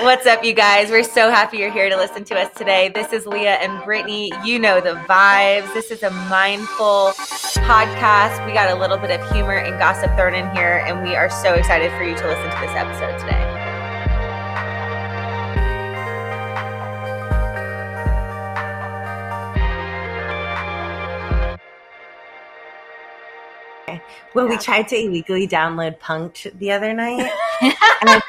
What's up, you guys? We're so happy you're here to listen to us today. This is Leah and Brittany. You know the vibes. This is a mindful podcast. We got a little bit of humor and gossip thrown in here, and we are so excited for you to listen to this episode today. Well, we tried to illegally download Punked the other night. And-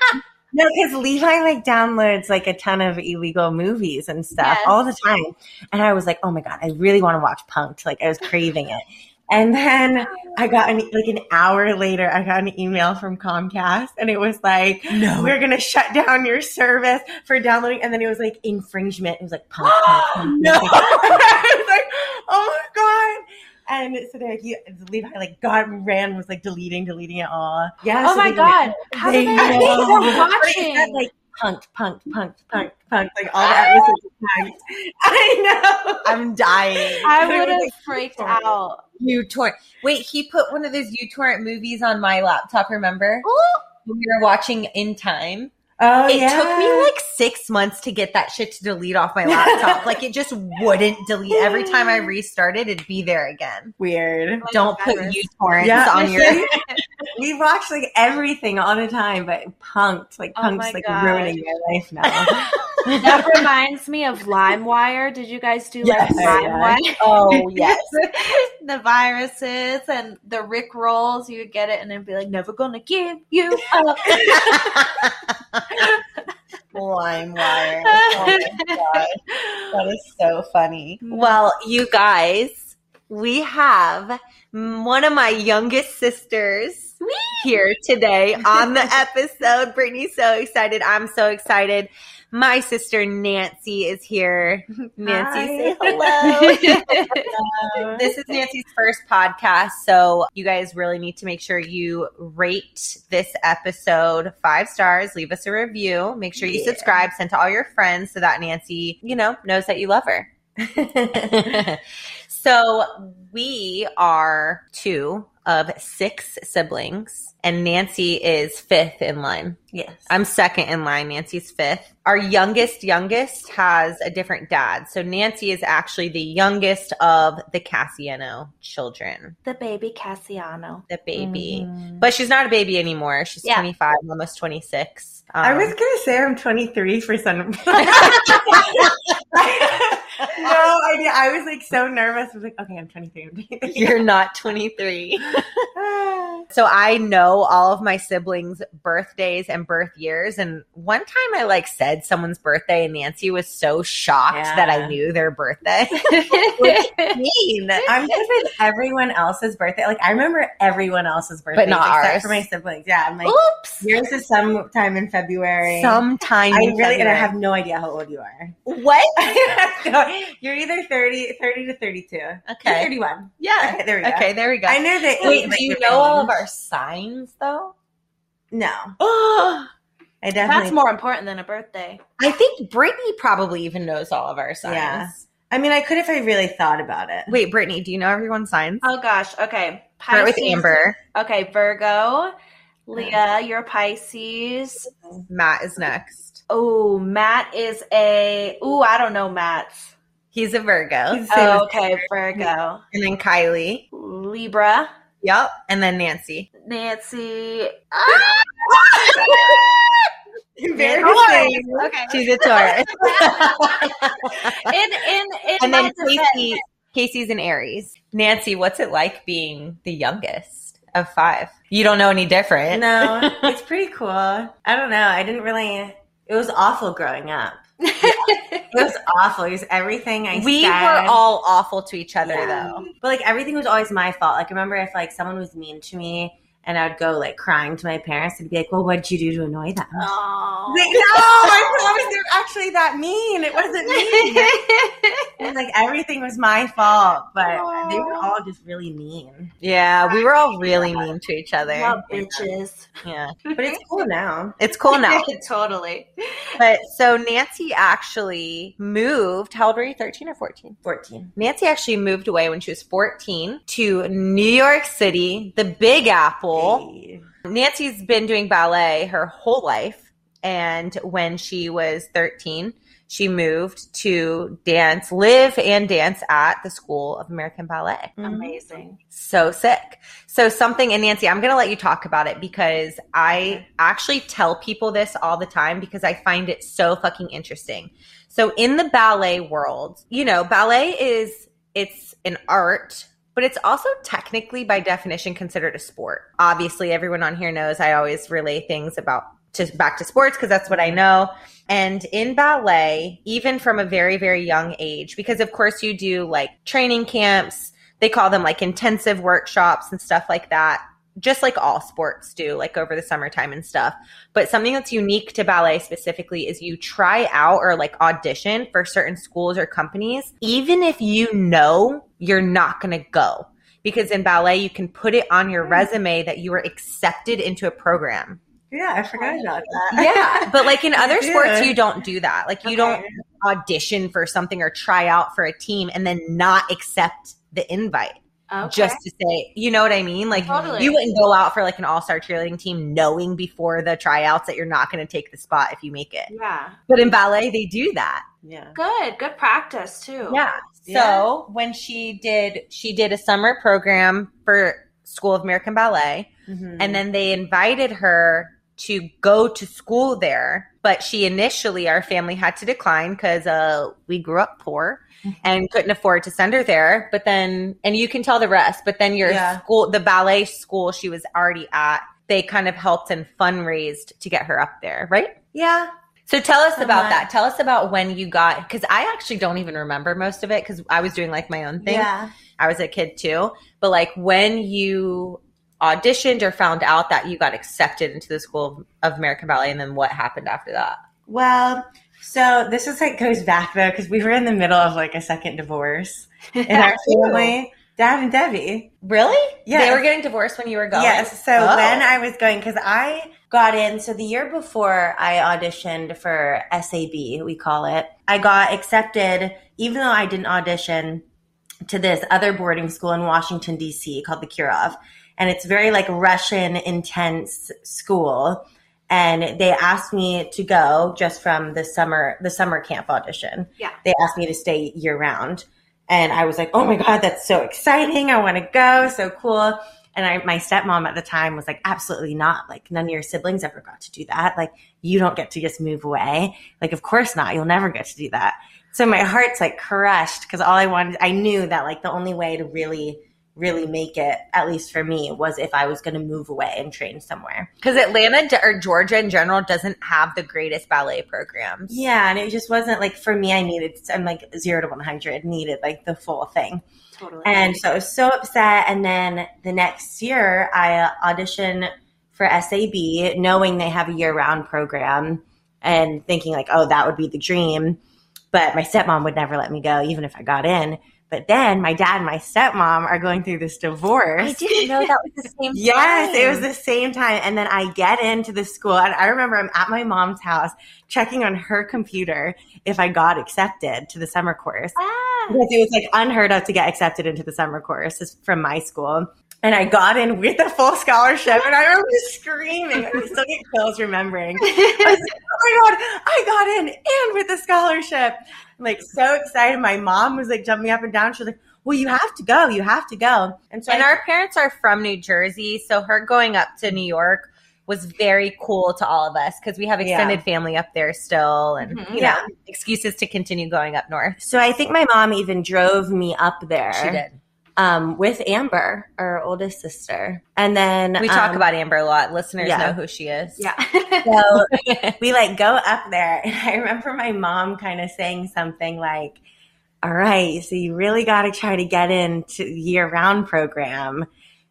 no, because Levi like downloads like a ton of illegal movies and stuff Yes. all the time. And I was like, oh my God, I really want to watch Punked. Like I was craving it. And then I got an like an hour later, I got an email from Comcast and it was like, Um, No. we're gonna shut down your service for downloading and then it was like infringement. It was like Punked. punked, punked, No. punked. I was like, oh my God. And so they're like, you, Levi like got ran was like deleting, deleting it all. Yeah. oh so my they- god! How they did they know. Like, watching? it said, like punked, punked, punked, punked, punked, like all that was like, punked. I know. I'm dying. I would have freaked torrent. out. Oh uTorrent. Wait, he put one of those uTorrent movies on my laptop, remember? When we were watching In Time. Oh, it yeah. took me like six months to get that shit to delete off my laptop. like it just wouldn't delete. Every time I restarted, it'd be there again. weird. Don't put virus. uTorrents Oh Yeah, on your we watched like everything all the time, but punked, like Oh punks, my like gosh. ruining my life now. That reminds me of LimeWire. Did you guys do Yes. like LimeWire? Oh yes. the viruses and the Rick rolls. You would get it, and it'd be like, "Never gonna give you up." LimeWire. Oh my god, that is so funny. Well, you guys, we have m- one of my youngest sisters here today on the episode. Brittany's so excited. I'm so excited. My sister Nancy is here. Nancy, say hello. This is Nancy's first podcast, so you guys really need to make sure you rate this episode five stars. Leave us a review. Make sure you Yeah. subscribe, send to all your friends so that Nancy, you know, knows that you love her. so we are two of six siblings, and Nancy is fifth in line. yes. I'm second in line. Nancy's fifth. Our youngest, youngest has a different dad. So Nancy is actually the youngest of the Cassiano children, the baby Cassiano. the baby. Mhm. But she's not a baby anymore. She's Yeah. 25, almost 26. Um, I was gonna say I'm 23 for some. no idea. I was like so nervous. I was like, okay, I'm 23. I'm 23. You're not 23. So I know all of my siblings' birthdays and birth years. And one time I like said someone's birthday, and Nancy was so shocked Yeah. that I knew their birthday. mean. I'm good with everyone else's birthday. Like I remember everyone else's birthday, not except ours. for my siblings. Yeah, I'm like Oops. yours is sometime in February. Sometime. I in really and I February. have no idea how old you are. What? No, you're either 30, 30 to 32. You're Okay. 31. Yeah. Okay, there we go. Okay, there we go. I know that. Wait, like, do you your know all of range. our signs though? No, Oh, I definitely. That's more important than a birthday. I think Brittany probably even knows all of our signs. Yeah. I mean, I could if I really thought about it. Wait, Brittany, do you know everyone's signs? Um, Oh gosh. Okay. Start with Pisces. Amber. Okay, Virgo. Leah, you're Pisces. Matt is next. Oh, Matt is a. Ooh, I don't know Matt's. He's a Virgo. He's- Same as Oh, okay, Virgo. And then Kylie. Libra. Yep. And then Nancy. Nancy. Very Taurus. same. Okay. She's a Taurus. In in in and my then defense- Casey. Casey's an Aries. Nancy, what's it like being the youngest of five? You don't know any different. No, it's pretty cool. I don't know. I didn't really. It was awful growing up. It was awful. It was everything I we said. were all awful to each other Yeah. though. But like everything was always my fault. Like remember if like someone was mean to me and I would go like crying to my parents and be like, "Well, what'd you do to annoy them?" Aw. Like, no, I promise they were actually that mean. It wasn't me. And, like everything was my fault, but they were all just really mean. Yeah, we were all really mean to each other. Love bitches. Yeah. But it's cool now. It's cool now. totally. Mm-hmm. But so Nancy actually moved. How old were you? 13 or 14? 14. Nancy actually moved away when she was 14 to New York City, the Big Apple. Hey. Nancy's been doing ballet her whole life. And when she was 13, she moved to dance, live and dance at the School of American Ballet. Amazing. So sick. So something, and Nancy, I'm going to let you talk about it because I actually tell people this all the time because I find it so fucking interesting. So in the ballet world, you know, ballet is, it's an art, but it's also technically by definition considered a sport. Obviously, everyone on here knows I always relay things about to back to sports because that's what I know. And in ballet, even from a very, very young age, because of course you do like training camps, they call them like intensive workshops and stuff like that, just like all sports do, like over the summertime and stuff. But something that's unique to ballet specifically is you try out or like audition for certain schools or companies, even if you know you're not going to go. Because in ballet, you can put it on your resume that you were accepted into a program. Yeah, I forgot about that. Yeah, but like in other Yeah. sports, you don't do that. Like you don't Okay. audition for something or try out for a team and then not accept the invite Okay. just to say, you know what I mean? Like Totally. you wouldn't go out for like an all star cheerleading team knowing before the tryouts that you're not going to take the spot if you make it. yeah. But in ballet, they do that. Yeah. Good. Good practice too. Yeah. So Yeah. when she did, she did a summer program for School of American Ballet. Mhm. And then they invited her to go to school there. But she initially, our family had to decline because uh, we grew up poor Mm-hmm. and couldn't afford to send her there. But then, and you can tell the rest, but then your Yeah. school, the ballet school she was already at, they kind of helped and fundraised to get her up there, right? yeah. So tell us about Uh-huh. that. Tell us about when you got, because I actually don't even remember most of it because I was doing like my own thing. Yeah. I was a kid too. But like when you auditioned or found out that you got accepted into the School of American Ballet, and then what happened after that? Well, so this is like goes back though, because we were in the middle of like a second divorce in our family. Dad and Debbie. Really? Yeah. They were getting divorced when you were going. Yes. So Oh. when I was going, because I got in, so the year before I auditioned for SAB, we call it, I got accepted, even though I didn't audition, to this other boarding school in Washington, D.C. called the Kirov. And it's very like Russian intense school. And they asked me to go just from the summer, the summer camp audition. Yeah. They asked me to stay year round. And I was like, oh my God, that's so exciting. I want to go. So cool. And I, my stepmom at the time was like, absolutely not. Like, none of your siblings ever got to do that. Like, you don't get to just move away. Like, of course not. You'll never get to do that. So my heart's like crushed because all I wanted, I knew that like the only way to really, really make it, at least for me, was if I was going to move away and train somewhere. Because Atlanta d- or Georgia in general doesn't have the greatest ballet programs. Yeah. And it just wasn't like for me, I needed, I'm like zero to 100, needed like the full thing. Totally. And so I was so upset. And then the next year, I auditioned for SAB, knowing they have a year round program and thinking, like, oh, that would be the dream. But my stepmom would never let me go, even if I got in. But then my dad and my stepmom are going through this divorce. I didn't know that was the same. Yes, time. it was the same time. And then I get into the school, and I remember I'm at my mom's house checking on her computer if I got accepted to the summer course ah, because it was like unheard of to get accepted into the summer course is from my school. And I got in with a full scholarship, and I remember screaming. I still get chills remembering. I was like, oh my god, I got in and with a scholarship. I'm like so excited. My mom was like jumping up and down. She was like, "Well, you have to go. You have to go." And so And I- our parents are from New Jersey, so her going up to New York was very cool to all of us because we have Yeah. extended family up there still, and Mhm. you know, Yeah. excuses to continue going up north. so I think my mom even drove me up there. She did. um, with Amber, our oldest sister, and then We talk um, about Amber a lot. Listeners yeah. know who she is. yeah. so we like go up there and i remember my mom kind of saying something like all right so you really got to try to get into the year round program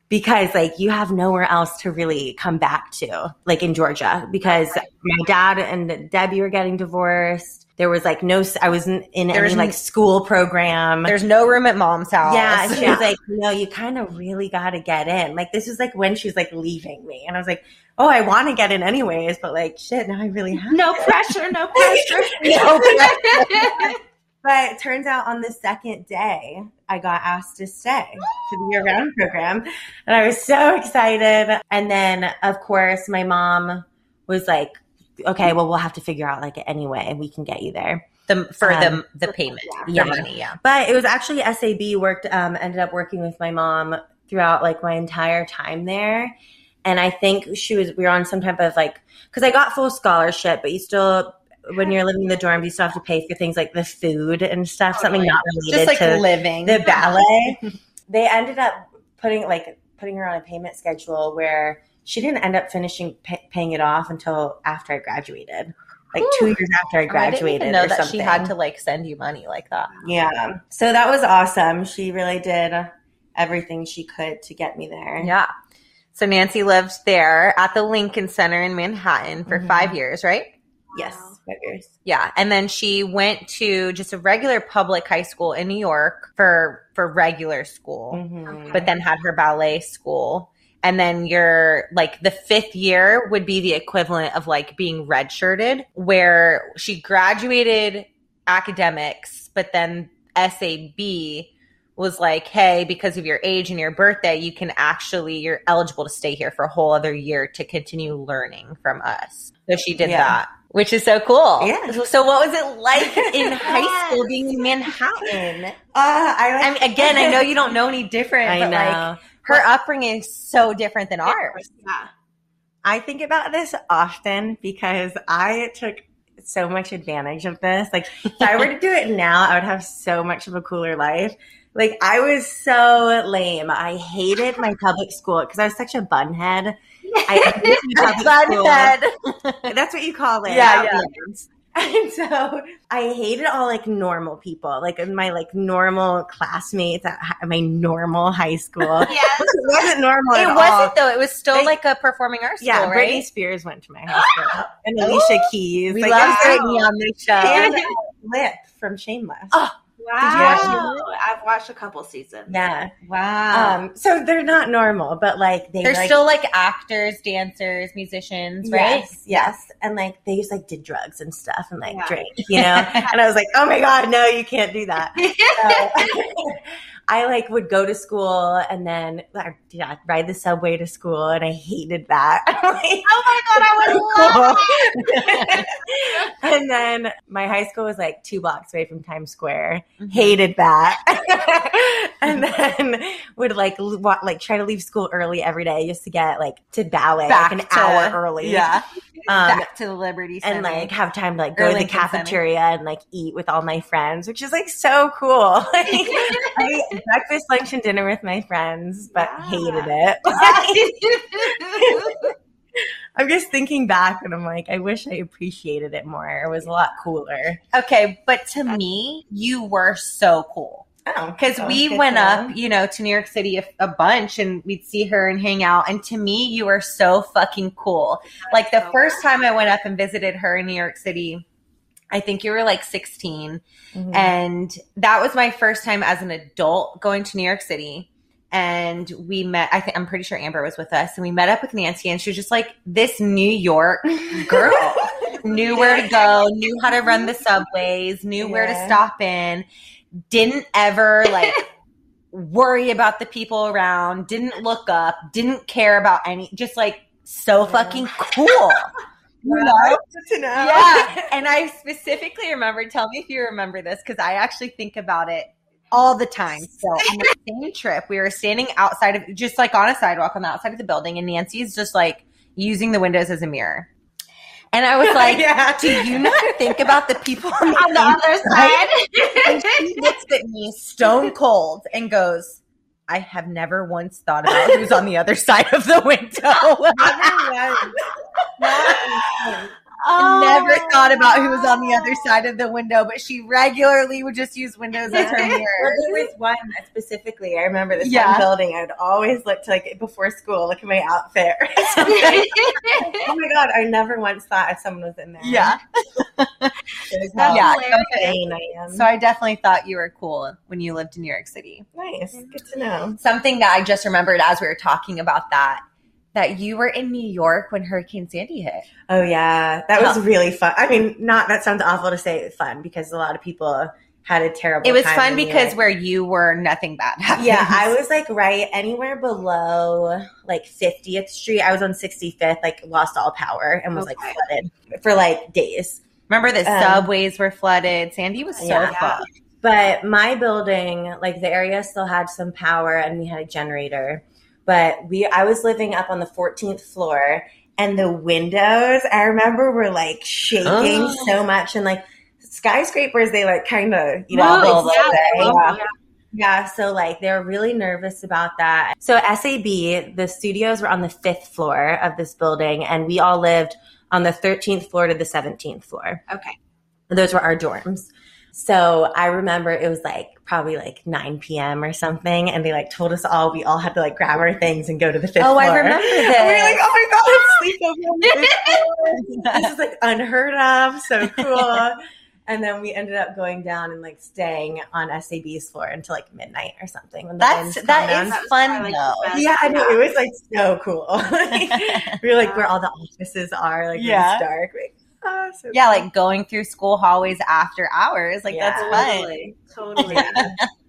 because like you have nowhere else to really come back to like in georgia because my dad and debbie were getting divorced there was like no i wasn't in There any was n- like school program There's no room at mom's house. yeah, and she Yeah. was like, "No, you kind of really got to get in." Like this was like when she was like leaving me, and I was like, "Oh, I want to get in anyways, but like shit, now I really have." no pressure. No pressure. No But it turns out on the second day, I got asked to stay for the year round program. And I was so excited. And then, of course, my mom was like, okay, well, we'll have to figure out like anyway, and we can get you there. the for Um, the the payment, yeah, yeah. money, yeah. But it was actually SAB worked um, ended up working with my mom throughout like my entire time there, and I think she was we were on some type of like because I got full scholarship, but you still when you're living in the dorms you still have to pay for things like the food and Oh, stuff, something not Just related like to living. the ballet. they ended up putting like putting her on a payment schedule where she didn't end up finishing pay- paying it off until after I graduated. Like two years after I Oh, graduated, I didn't even know or that something. she had to like send you money like that. Yeah. So that was awesome. She really did everything she could to get me there. Yeah. So Nancy lived there at the Lincoln Center in Manhattan for Mhm. five years, right? Yes. Wow. five years. Yeah, and then she went to just a regular public high school in New York for for regular school, Mhm. but then had her ballet school. And then your like the fifth year would be the equivalent of like being redshirted, where she graduated academics, but then SAB was like, hey, because of your age and your birthday, you can actually you're eligible to stay here for a whole other year to continue learning from us. So she did Yeah. that, which is so cool. Yeah. So what was it like in high Yes. school being in Manhattan? Uh, I, I like, mean, again, I know you don't know any different, I but like know. her upbringing is so different than ours. Yeah. I think about this often because I took so much advantage of this. Like, if I were to do it now, I would have so much of a cooler life. Like, I was so lame. I hated my public school because I was such a bunhead. I hated my public school. That's what you call it. Yeah, yeah. Outlines. And so I hated all like normal people, like my like normal classmates at hi- my normal high school. it Yes. wasn't normal. It at all. wasn't though. It was still They- like a performing arts Yeah, school, Britney right? Oh, Spears went to my high school, and Alicia Keys. We like, love it was Britney on this show. like- and Lip from Shameless. Oh. watch it? Wow. I've watched a couple seasons. Yeah. wow. Um. So they're not normal, but like they They're like, still like actors, dancers, musicians, right? Yes, yes. And like they just like did drugs and stuff and like Yeah. drink, you know? and I was like, oh my God, no, you can't do that. So, I like would go to school and then I yeah, I'd ride the subway to school and I hated that. Like, Oh my god, I would love and then my high school was like two blocks away from Times Square. Hated that. and then would like l- wa- like try to leave school early every day just to get like to ballet Back like an to- hour early. Yeah. Um, Back to the Liberty Center. and like have time to like go to the Burlington Center. cafeteria and like eat with all my friends, which is like so cool. Like, I ate breakfast, lunch, and dinner with my friends, but Yeah. hated it. that. I'm just thinking back and I'm like, I wish I appreciated it more. It was a lot cooler. okay, but to me, you were so cool. Oh, because we went up, you know, to New York City a, a bunch, and we'd see her and hang out. And to me, you are so fucking cool. Like the so first time I went up and visited her in New York City, I think you were like 16, Mm-hmm. and that was my first time as an adult going to New York City. And we met. I think I'm pretty sure Amber was with us, and we met up with Nancy, and she was just like this New York girl knew where to go, knew how to run the subways, knew where to Yeah. stop in, didn't ever like worry about the people around, didn't look up, didn't care about any, just like so Yeah. fucking cool. You know? to Oh. know. Yeah. And I specifically remember, tell me if you remember this, because I actually think about it all the time. So on the same trip, we were standing outside of just like on a sidewalk on the outside of the building, and Nancy's just like using the windows as a mirror. And I was like, yeah. do you not think about the people on the On the other other And side. she looks at me stone cold and goes, I have never once thought about who's on the other side of the window. Oh. never thought about who was on the other side of the window, but she regularly would just use windows as her Well, mirror. there was one specifically. I remember this Yeah. one building. I would always look to like before school, look at my outfit. or something. oh my god! I never once thought if someone was in there. Yeah. It was That's how Yeah. hilarious. vain I am. So I definitely thought you were cool when you lived in New York City. nice. Good to know. Something that I just remembered as we were talking about that, that you were in New York when Hurricane Sandy hit. Oh yeah, that was really fun. I mean, not that sounds awful to say fun because a lot of people had a terrible It was time fun in New because York. where you were, nothing bad happened. yeah, I was like right anywhere below like 50th Street. I was on 65th, like lost all power and was Okay. like flooded for like days. Remember the Um, subways were flooded. Sandy was so Yeah. fucked. But my building, like the area still had some power and we had a generator. But we I was living up on the 14th floor and the windows I remember were like shaking Ah. Oh. so much and like skyscrapers they like kind of you know Whoa, wobble a yeah, Uh-huh. little bit. wobble, Yeah. Yeah, so like they were really nervous about that. So SAB, the studios were on the fifth floor of this building, and we all lived on the 13th floor to the 17th floor. Okay. Those were our dorms. So I remember it was like probably like 9 p.m. or something, and they like told us all we all had to like grab our things and go to the fifth Oh, floor. I remember And we were like, this. oh my god, sleepover on the fifth floor. This is like unheard of, so cool. And then we ended up going down and like staying on SAB's floor until like midnight or something. when the That's winds that calmed is down. fun probably, like, the though. best. yeah. I know it was like so cool. we were like where all the offices are, like yeah. Yeah. it's dark. Like, oh, so Yeah, like going through school hallways after hours. Like that's Yeah. fun. Totally. Totally.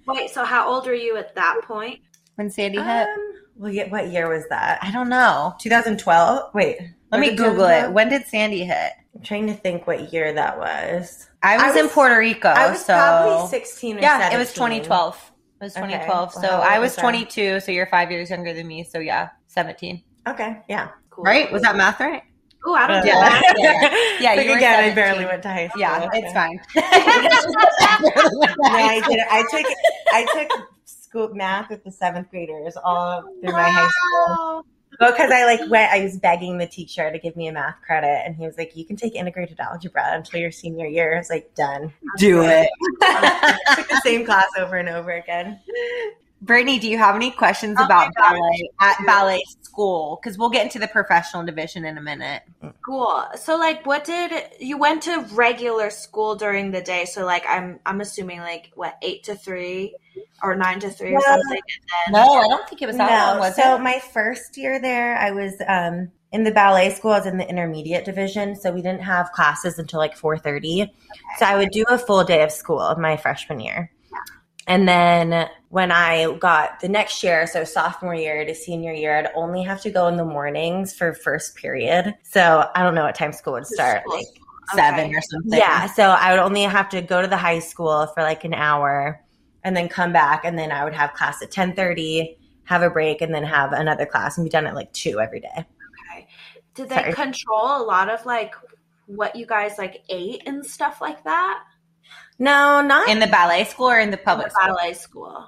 Wait, so how old are you at that point? When Sandy cool. hit, Um, well, yeah, what year was that? I don't know. 2012. Wait, Let what me did Google it. 2012? When did Sandy hit? I'm trying to think what year that was. I was, I in was- Puerto Rico. I was so probably 16 or yeah, it was 17. 2012. It was Okay. 2012. Well, so how old I was was I? 22. So you're five years younger than me. So yeah, 17. Okay, yeah. Cool. Right? Was that math right? Oh, I don't Uh, know. yeah. that. Yeah, Like, you were again, I 17. barely went to high school. Yeah, it's fine. No, I did. I took I took school math with the seventh graders all through my high school because I like went. I was begging the teacher to give me a math credit, and he was like, "You can take integrated algebra until your senior year." I was like, "Done." Do it. took the same class over and over again. Brittany, do you have any questions Oh my about gosh. ballet at ballet school? Because we'll get into the professional division in a minute. Cool. So like what did you went to regular school during the day? So like I'm I'm assuming like what 8 to 3 or 9 to 3 or No. something and No, then I don't think it was that long, No, was so it? my first year there, I was um, in the ballet school. I was in the intermediate division, so we didn't have classes until like four thirty. So I would do a full day of school of my freshman year. And then when I got the next year, so sophomore year to senior year, I'd only have to go in the mornings for first period. So I don't know what time school would start. School. like- Seven okay. or something. yeah, so I would only have to go to the high school for like an hour and then come back and then I would have class at 10:30, have a break and then have another class and be done at like 2 every day. did they Sorry. control a lot of like what you guys like ate and stuff like that? No, not In the ballet school or in the public The school? ballet school.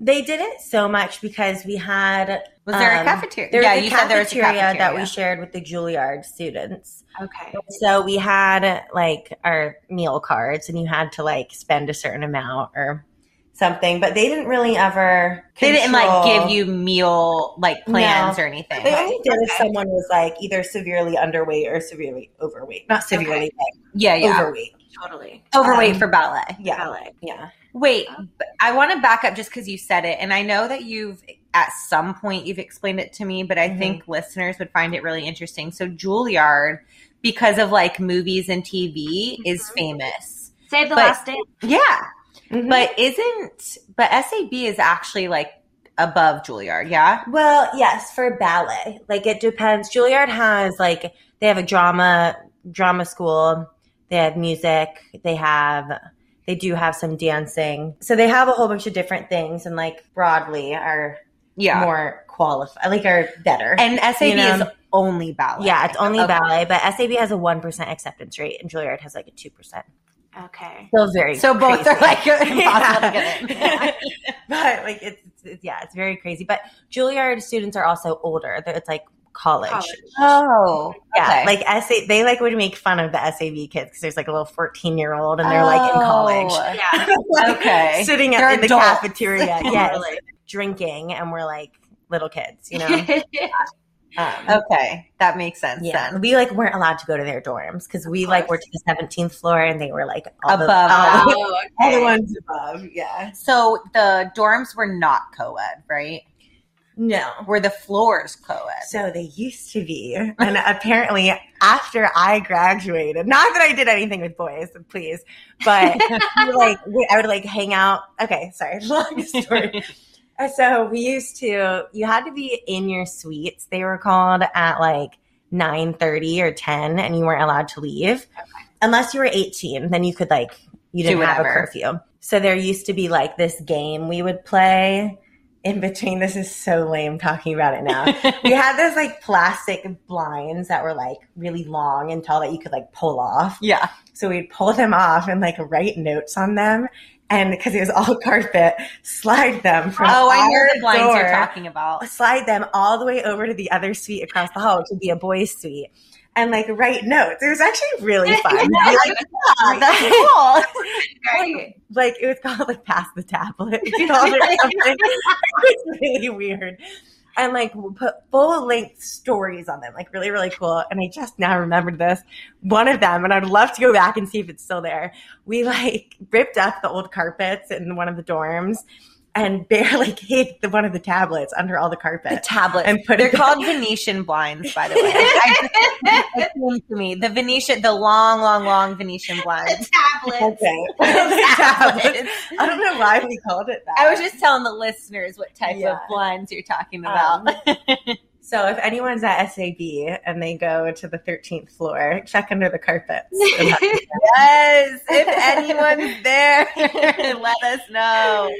they did it so much because we had Was there a Um, cafeteria? there was yeah, a you cafeteria said there was a cafeteria. that we shared with the Juilliard students. Okay. So we had like our meal cards, and you had to like spend a certain amount or something. But they didn't really ever. they didn't like control- give you meal like plans or anything. They only did if Okay. someone was like either severely underweight or severely overweight. Not severely, yeah, but yeah. overweight. Totally. Overweight um, for ballet. Yeah, Ballet. yeah. Wait, but I want to back up just because you said it, and I know that you've at some point you've explained it to me, but I Mhm. think listeners would find it really interesting. So Juilliard, because of like movies and TV, is Mhm. famous. Save the But- last dance. Mm-hmm. Yeah, Mhm. but isn't but SAB is actually like above Juilliard? Yeah, Well, yes, for ballet. Like it depends. Juilliard has like they have a drama drama school. They have music. They have they do have some dancing. So they have a whole bunch of different things and like broadly are yeah. more qualified like are better. And SAB You know? is only ballet. yeah, it's only Okay. ballet, but SAB has a one percent acceptance rate and Juilliard has like a two percent. Okay. Still very So both crazy. are like impossible to Yeah. get in. but like it's, it's, it's yeah, it's very crazy. But Juilliard students are also older. They're- It's like College. Oh, Yeah, okay. like SA, they like would make fun of the SAV kids because there's like a little 14 year old and they're like in college, Oh, Yeah. Like, Okay. sitting They're up in the adults. cafeteria, yes, Totally. drinking, and we're like little kids, you know. Um, Oh, Okay, that makes sense Yeah, then. we like weren't allowed to go to their dorms because we like were course. to the 17th floor and they were like all the- Above all the- Oh, all the okay. ones above, yeah. So the dorms were not co-ed, right? No. Were the floors co-ed? So they used to be. And apparently, after I graduated, not that I did anything with boys, please, but we would, like we- I would like hang out. Okay, sorry, long story. Uh, so we used to. You had to be in your suites. They were called at like nine thirty or ten, and you weren't allowed to leave unless you were eighteen. Then you could like you Do didn't have a whatever. curfew. So there used to be like this game we would play in between. This is so lame talking about it now we had those like plastic blinds that were like really long and tall that you could like pull off. Yeah. So we'd pull them off and like write notes on them. And because it was all carpet, slide them from Oh, I our know the blinds door, you're talking about. slide them all the way over to the other suite across the hall, which would be a boys' suite, and like write notes. It was actually really fun. We'd be like, "Yeah, that's cool. Right. like it was called like pass the tablet. We called it something. it was really weird. And like we put full length stories on them, like really, really cool. And I just now remembered this one of them, and I'd love to go back and see if it's still there. We like ripped up the old carpets in one of the dorms and barely hid the one of the tablets under all the The carpet. tablets. And put They're it- called Venetian blinds, by the way. I, it came to me. The Venetian, the long, long, long Venetian blinds. Tablets. Okay. The tablets. I don't know why we called it that. I was just telling the listeners what type Yeah. of blinds you're talking Um, about. So if anyone's at SAB and they go to the 13th floor, check under the carpets. And- yes, if anyone's there, let us know.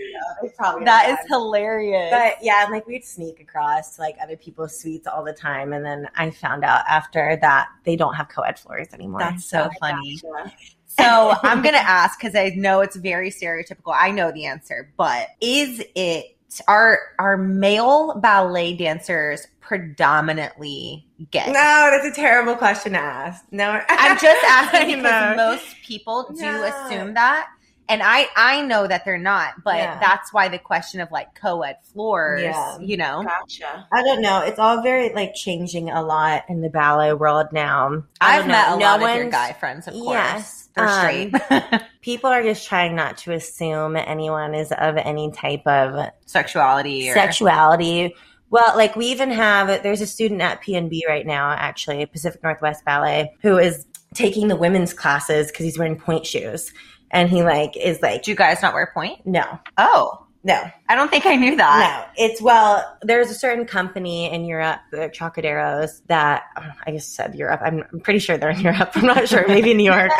It's probably That not is hilarious. bad. But yeah, and, like we'd sneak across to like other people's suites all the time, and then I found out after that they don't have co-ed floors anymore. That's so funny. Gotcha. So I'm going to ask because I know it's very stereotypical. I know the answer, but is it are are male ballet dancers predominantly gay? No, that's a terrible question to ask. No, I'm just I asking because know. most people do No. assume that. And I I know that they're not, but Yeah. that's why the question of like co-ed floors, Yeah. you know. Gotcha. I don't know. It's all very like changing a lot in the ballet world now. I I've don't met know. a No lot of your one's- guy friends, of course. Yes, They're um, straight. People are just trying not to assume anyone is of any type of Sexuality or sexuality. Well, like we even have there's a student at PNB right now, actually Pacific Northwest Ballet, who is taking the women's classes because he's wearing point shoes, and he like is like do you guys not wear point? no, Oh. no, I don't think I knew that. no. It's well, there's a certain company in Europe, the Chocaderos, that oh, I just said Europe. I'm, I'm pretty sure they're in Europe. I'm not sure, maybe New York.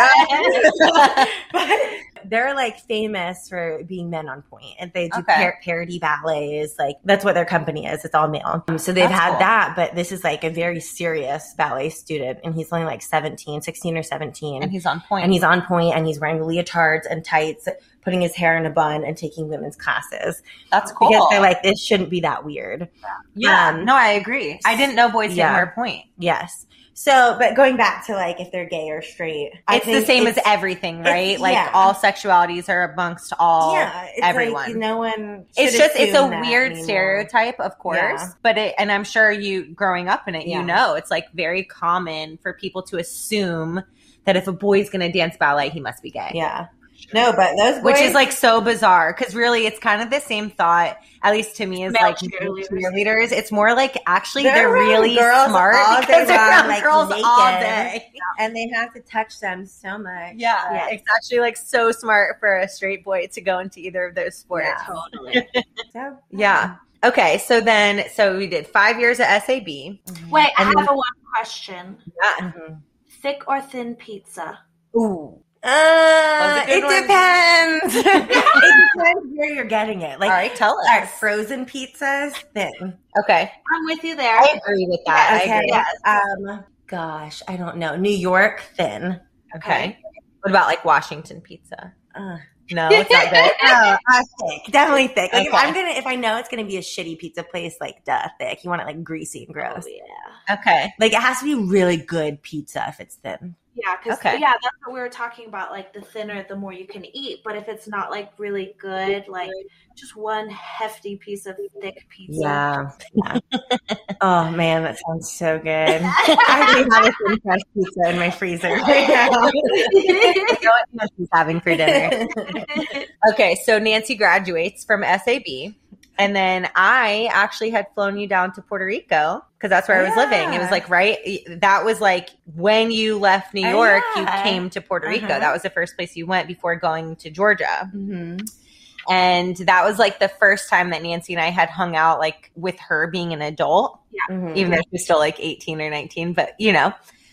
but they're like famous for being men on point and they do Okay. par- parody ballets like that's what their company is it's all male Um, so they've That's had cool. that but this is like a very serious ballet student and he's only like 17 16 or 17 And and, he's on point. he's on point and he's wearing leotards and tights putting his hair in a bun and taking women's classes That's cool. because they're like this shouldn't be that weird yeah, um, no, I agree. I didn't know boys yeah. didn't wear point. yes so but going back to like if they're gay or straight I it's the think same it's- as everything, it's- right? Like yeah. all sexualities are amongst all. yeah it's like everyone. no one It's should just it's a assume that weird anymore. stereotype, of course, Yeah. but it and I'm sure you growing up in it, Yeah. you know, it's like very common for people to assume that if a boy's going to dance ballet, he must be gay. Yeah. No, but those boys, Which is like so bizarre because really it's kind of the same thought, at least to me, as Male like cheerleaders. cheerleaders. It's more like actually They're they're, around really girls smart all day because they're long, around like, girls all naked. day. and they have to touch them so much. Yeah, Yeah. it's actually like so smart for a straight boy to go into either of those sports. Yeah. Totally. So, Yeah. Okay, so then, so we did five years at SAB. Mm-hmm. Wait, I And- have a one question. Mhm. Thick or thin pizza? Ooh, Uh, a good it one. depends. it depends where you're getting it. Like, all right, tell us. all right, frozen pizzas, thin. Okay, I'm with you there. I agree with that. I Okay. agree. Yes. Um, gosh, I don't know. New York, thin. Okay. What about like Washington pizza? Uh, No, it's not good. no, uh, thick. Definitely thick. Like, if Okay. I'm gonna, if I know it's gonna be a shitty pizza place, like duh, thick. You want it like greasy and Oh, gross. yeah. Okay, Like it has to be really good pizza if it's thin. Yeah, because Okay. yeah, that's what we were talking about. Like the thinner, the more you can eat. But if it's not like really good, like just one hefty piece of thick pizza. Yeah. oh man, that sounds so good. I do have a thin crust pizza in my freezer right now. I know what Nancy's having for dinner. Okay, so Nancy graduates from SAB. And then I actually had flown you down to Puerto Rico because that's where I was living. It Yeah. was like, right? That was like when you left New Oh, York, yeah. you came to Puerto Rico. Uh-huh. That was the first place you went before going to Georgia. hmm Mm-hmm. And that was like the first time that Nancy and I had hung out, like with her being an adult Mm-hmm. Mhm. even though she's still like 18 or 19, but you know.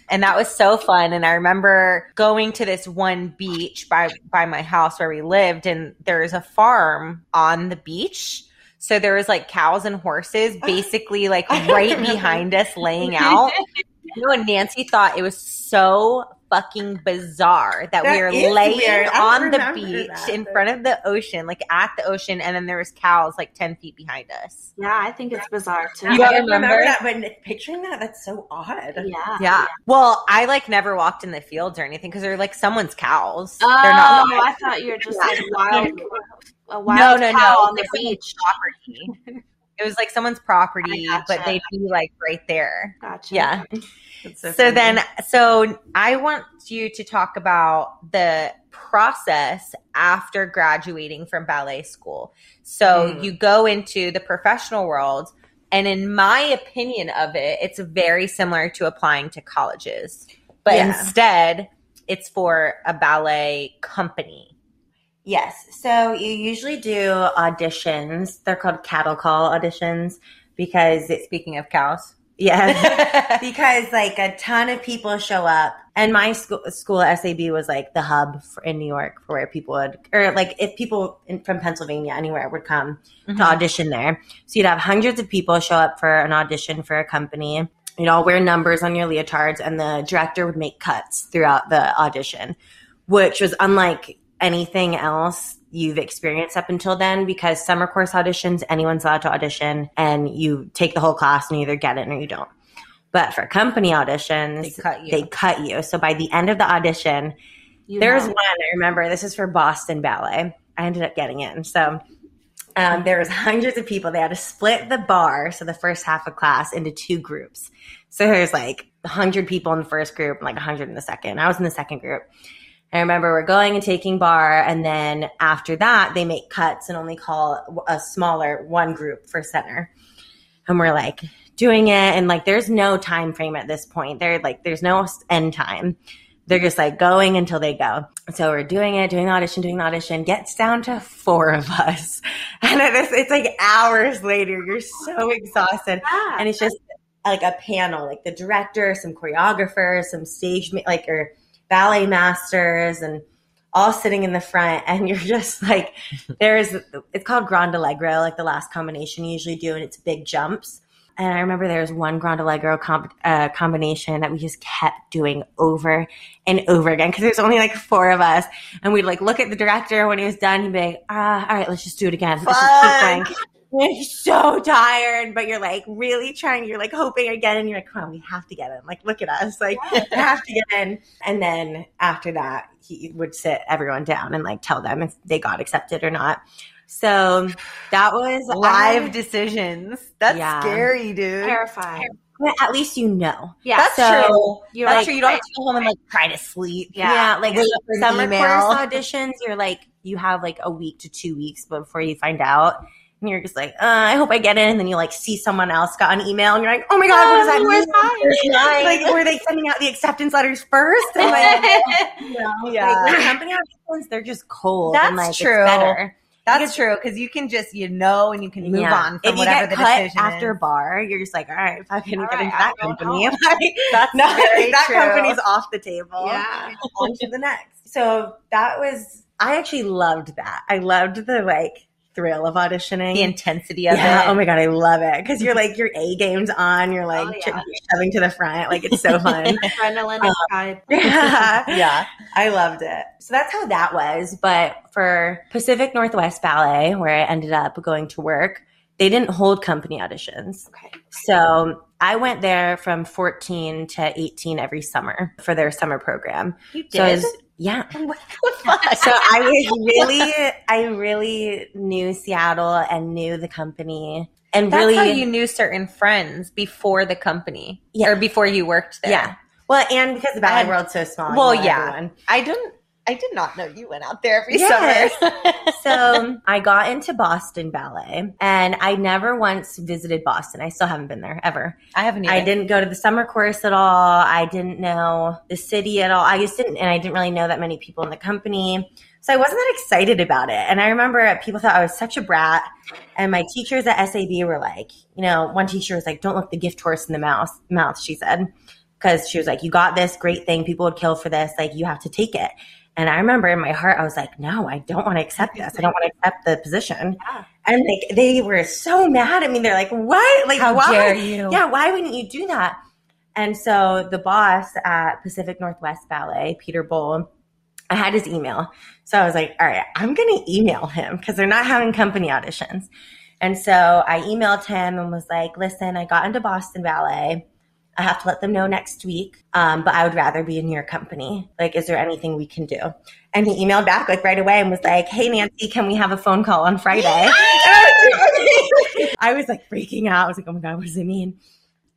And that was so fun. And I remember going to this one beach by by my house where we lived, and there was a farm on the beach. So there was like cows and horses basically like I right remember. behind us laying out. You know, and Nancy thought it was so fucking bizarre that, That we were is laying weird. I on the remember beach that. in front of the ocean, like at the ocean, and then there was cows like ten feet behind us. Yeah, I think it's bizarre too. You I don't remember? remember? that, but picturing that, that's so odd. yeah. Yeah. Well, I like never walked in the fields or anything because they're like someone's cows. Oh, they're not mine. I thought you were just like wild, a wild No, no, no. cow on the It's like- beach. property. It was like someone's property, I gotcha. but they'd be like right there. Gotcha. Yeah. That's So, funny. then, so I want you to talk about the process after graduating from ballet school. So Mm. you go into the professional world. And in my opinion of it, it's very similar to applying to colleges, but Yeah. instead, it's for a ballet company. Yes. So you usually do auditions. They're called cattle call auditions because it, Speaking of cows. yeah, because like a ton of people show up. And my school, school SAB was like the hub for, in New York for where people would, or like if people in, from Pennsylvania anywhere would come to audition there. So you'd have hundreds of people show up for an audition for a company. You'd all wear numbers on your leotards, and the director would make cuts throughout the audition, which was unlike anything else you've experienced up until then because summer course auditions, anyone's allowed to audition, and you take the whole class and you either get it or you don't. But for company auditions, They cut you. they cut you. So by the end of the audition, You there was know. one I remember. This is for Boston Ballet. I ended up getting in. So um, there was hundreds of people. They had to split the bar, so the first half of class into two groups. So there's like hundred people in the first group, and like hundred in the second. I was in the second group. I remember we're going and taking bar, and then after that, they make cuts and only call a smaller one group for center. And we're like doing it, and like there's no time frame at this point. They're like there's no end time. They're just like going until they go. So we're doing it, doing the audition, doing the audition. Gets down to four of us, and it is, it's like hours later. You're so exhausted Yeah. and it's just like a panel like the director some choreographers some stage ma- like or ballet masters and all sitting in the front and you're just like there is it's called grand allegro like the last combination you usually do and it's big jumps and i remember there was one grand allegro comp, uh, combination that we just kept doing over and over again because there's only like four of us and we'd like look at the director when he was done he'd be like ah, all right let's just do it again let's just keep Fuck. going you're so tired, but you're like really trying. You're like hoping I get in. You're like, come on, we have to get in. Like, look at us. Like, we have to get in. And then after that, he would sit everyone down and like tell them if they got accepted or not. So that was Live decisions. That's Yeah. scary, dude. terrifying. But at least you know. Yeah. That's So, true. you're That's like- true. You don't have to go home and like try to sleep. Yeah. like Wait for an summer email. course auditions, you're like you have like a week to two weeks before you find out. And you're just like, uh, I hope I get in. And then you like see someone else got an email, and you're like, Oh my god, what does that Oh, mean? where's mine? like were they sending out the acceptance letters first? Oh, And like, you know, Yeah. like, with company auditions, they're just cold. That's and, like, it's true. better. That's true because you can just you know and you can move Yeah. on from if you whatever get the cut decision after is. bar, you're just like, all right, if I can All get right, into I'm that going company, home. like, That's no, very that true. company's off the table. yeah. on to the next. So that was I actually loved that. I loved the like thrill of auditioning. the intensity of yeah. it. Oh my god, I love it because you're like your A game's on. You're like Oh, yeah. ch- shoving to the front. Like it's so fun. Adrenaline is high. yeah. yeah. I loved it. So that's how that was. But for Pacific Northwest Ballet, where I ended up going to work, they didn't hold company auditions. Okay. So I went there from 14 to 18 every summer for their summer program. You So I was- yeah, so I was really, I really knew Seattle and knew the company, and That's really, how you knew certain friends before the company Yeah. or before you worked there. yeah. Well, and because the ballet And- world's so small, you well, know yeah. everyone. I don't. I did not know you went out there every Yes. summer. so I got into Boston Ballet and I never once visited Boston. I still haven't been there ever. I haven't I didn't go to the summer course at all. I didn't know the city at all. I just didn't, and I didn't really know that many people in the company. So I wasn't that excited about it. And I remember people thought I was such a brat. And my teachers at SAB were like, you know, one teacher was like, don't look the gift horse in the mouth, mouth she said, because she was like, you got this great thing. People would kill for this. Like, you have to take it. And I remember in my heart, I was like, no, I don't want to accept this. I don't want to accept the position. Yeah. And like, they were so mad at me. They're like, what? Like, How why? dare you? yeah, why wouldn't you do that? And so the boss at Pacific Northwest Ballet, Peter Bull, I had his email. So I was like, all right, I'm going to email him because they're not having company auditions. And so I emailed him and was like, listen, I got into Boston Ballet. I have to let them know next week, um, but I would rather be in your company. Like, is there anything we can do? And he emailed back like right away and was like, hey, Nancy, can we have a phone call on Friday? I was like freaking out. I was like, oh my God, what does it mean?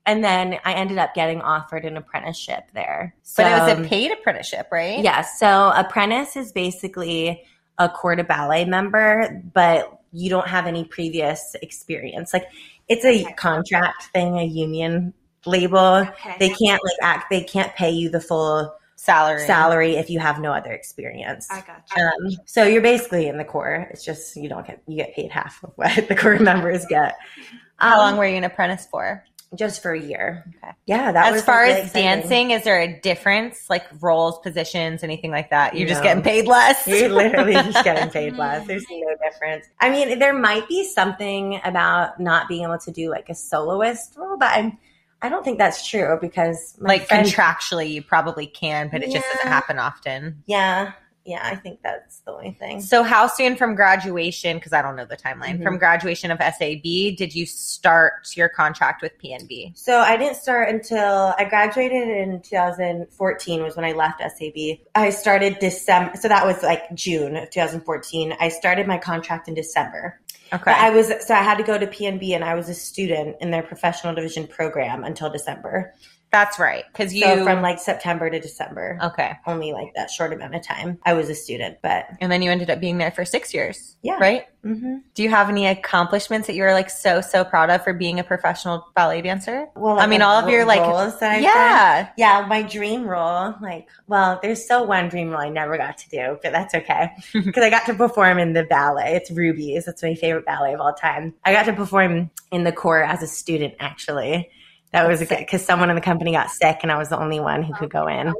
And then I ended up getting offered an apprenticeship there. So, But it was um, a paid apprenticeship, right? yeah. So apprentice is basically a corps de ballet member, but you don't have any previous experience. Like it's a contract thing, a union label. Okay. They can't like act. They can't pay you the full salary. salary if you have no other experience. I got you. Um, so you're basically in the corps. It's just you don't get you get paid half of what the corps members get. How Um, long were you an apprentice for? Just for a year. Okay. Yeah. That was as far like, really as exciting. dancing, is there a difference, like roles, positions, anything like that? You're just No. getting paid less. You're literally just getting paid less. There's no difference. I mean, there might be something about not being able to do like a soloist role, but I'm, I don't think that's true because my like friend- contractually, you probably can, but it just doesn't Yeah. happen often. yeah, yeah, I think that's the only thing. So, how soon from graduation? Because I don't know the timeline. Mhm. From graduation of SAB, did you start your contract with PNB? So I didn't start until I graduated in 2014 was when I left SAB. I started December, so that was like June of 2014. I started my contract in December. Okay. But I was so I had to go to PNB and I was a student in their professional division program until December. That's right. Because you. Oh. so from like September to December, okay. only like that short amount of time. I was a student, but And then you ended up being there for six years. Yeah. Right? mhm. Do you have any accomplishments that you're like so, so proud of for being a professional ballet dancer? well, I mean, all of ro- your, like- roles that I've done. yeah. yeah, my dream role. Like, well, there's still one dream role I never got to do, but that's okay because I got to perform in the ballet. It's Ruby's. That's my favorite ballet of all time. I got to perform in the corps as a student. Actually, that was because someone in the company got sick, and I was the only one who could go in.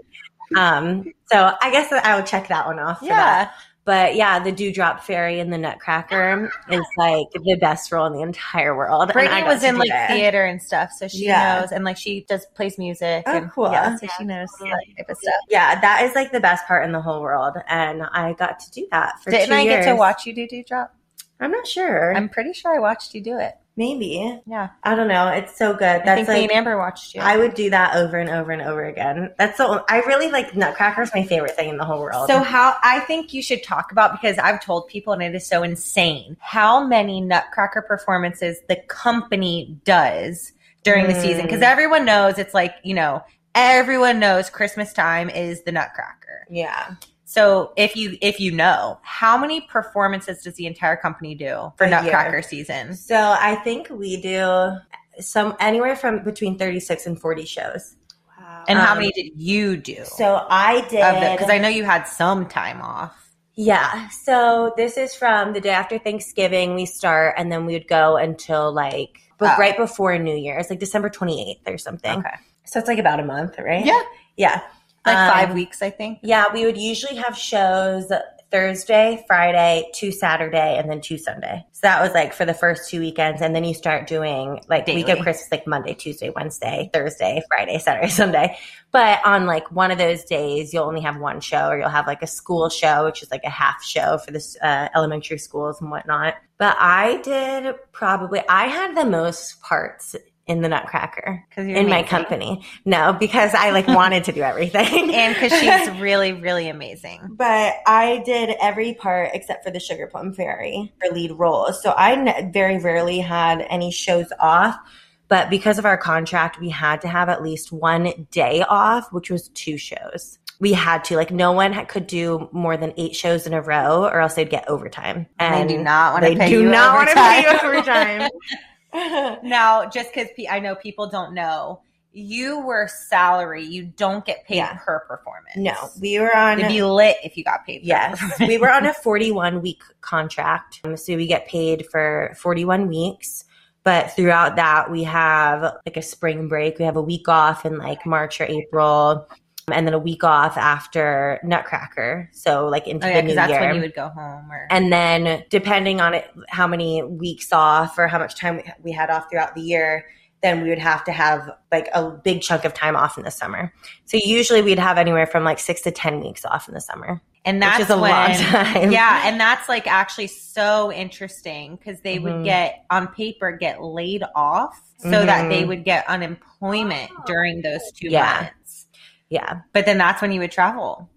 Um, so I guess that I will check that one off. for that. Yeah. But yeah, the Dewdrop Fairy and the Nutcracker is like the best role in the entire world. and I Brittany got was to in do like it. theater and stuff, so she Yeah. knows, and like she does plays music. Oh, and, cool. Yeah, so she knows that type of stuff. Yeah, that is like the best part in the whole world, and I got to do that for. Didn't two I get to years. watch you do dewdrop? I'm not sure. I'm pretty sure I watched you do it. Maybe. Yeah. I don't know. It's so good. I think That's me and like. Amber watched you. I would do that over and over and over again. That's the. Only, I really like Nutcracker's my favorite thing in the whole world. so how I think you should talk about because I've told people and it is so insane how many Nutcracker performances the company does during the season Hmm. because Mm. everyone knows it's like you know everyone knows Christmas time is the Nutcracker. yeah, So if you if you know, how many performances does the entire company do for A year. Nutcracker season? so I think we do some anywhere from between thirty six and forty shows. wow. And how Um, many did you do? So I did because I know you had some time off. Yeah. So this is from the day after Thanksgiving we start and then we would go until like but Oh. right before New Year's, like December 28th or something. Okay, So it's like about a month, right? Yeah. Yeah. like Um, five weeks, I think. Yeah, we would usually have shows Thursday, Friday, two Saturday, and then two Sunday. So that was like for the first two weekends. And then you start doing like week of Daily. Christmas, like Monday, Tuesday, Wednesday, Thursday, Friday, Saturday, Sunday. But on like one of those days, you'll only have one show or you'll have like a school show, which is like a half show for this uh, elementary schools and whatnot. But I did probably, I had the most parts in the Nutcracker Because in my company. No, because I like wanted to do everything. and because she's really, really amazing. But I did every part except for the Sugar Plum Fairy for lead roles. So I n- very rarely had any shows off. But because of our contract, we had to have at least one day off, which was two shows. we had to like no one had, could do more than eight shows in a row, or else they'd get overtime. They And do not want to they pay do you not want to pay you overtime. overtime. Now, just because pe- I know people don't know, you were salary. You don't get paid Yeah. per performance. no, we were on It'd be lit if you got paid. per Yes, performance. we were on a 41 week contract. Um, So we get paid for 41 weeks. But throughout that, we have like a spring break. We have a week off in like March or April, and then a week off after Nutcracker. So, like into Oh, yeah, the because new that's year. when you would go home. Or and then, depending on it, how many weeks off or how much time we- we had off throughout the year, then we would have to have like a big chunk of time off in the summer. So, usually we'd have anywhere from like six to 10 weeks off in the summer and that's which is a when, long time. Yeah, and that's like actually so interesting because they would Mhm. get on paper get laid off so that Mhm. they would get unemployment during those two Yeah. months. yeah, But then that's when you would travel.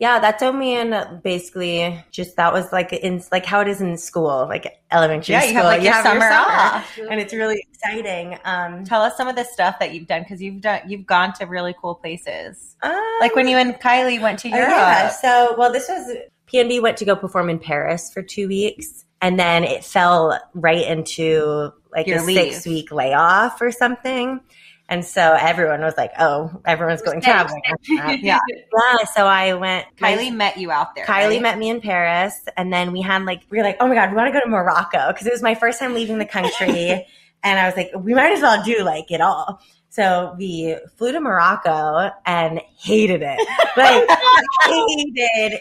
yeah. That's only in basically just that was like in like how it is in school, like elementary yeah, school. you have like your summer, off. and it's really exciting. Um, Tell us some of the stuff that you've done because you've done you've gone to really cool places. um, Like when you and Kylie went to oh, Europe. yeah. So well, this was PNB went to go perform in Paris for two weeks, and then it fell right into like Your a leave. six week layoff or something. And so everyone was like, "Oh, everyone's going traveling." uh, Yeah. yeah, so I went. Kylie met you out there. Kylie right? met me in Paris, and then we had like we were like, oh my god, we want to go to Morocco because it was my first time leaving the country, and I was like, we might as well do like it all. So we flew to Morocco and hated it, like hated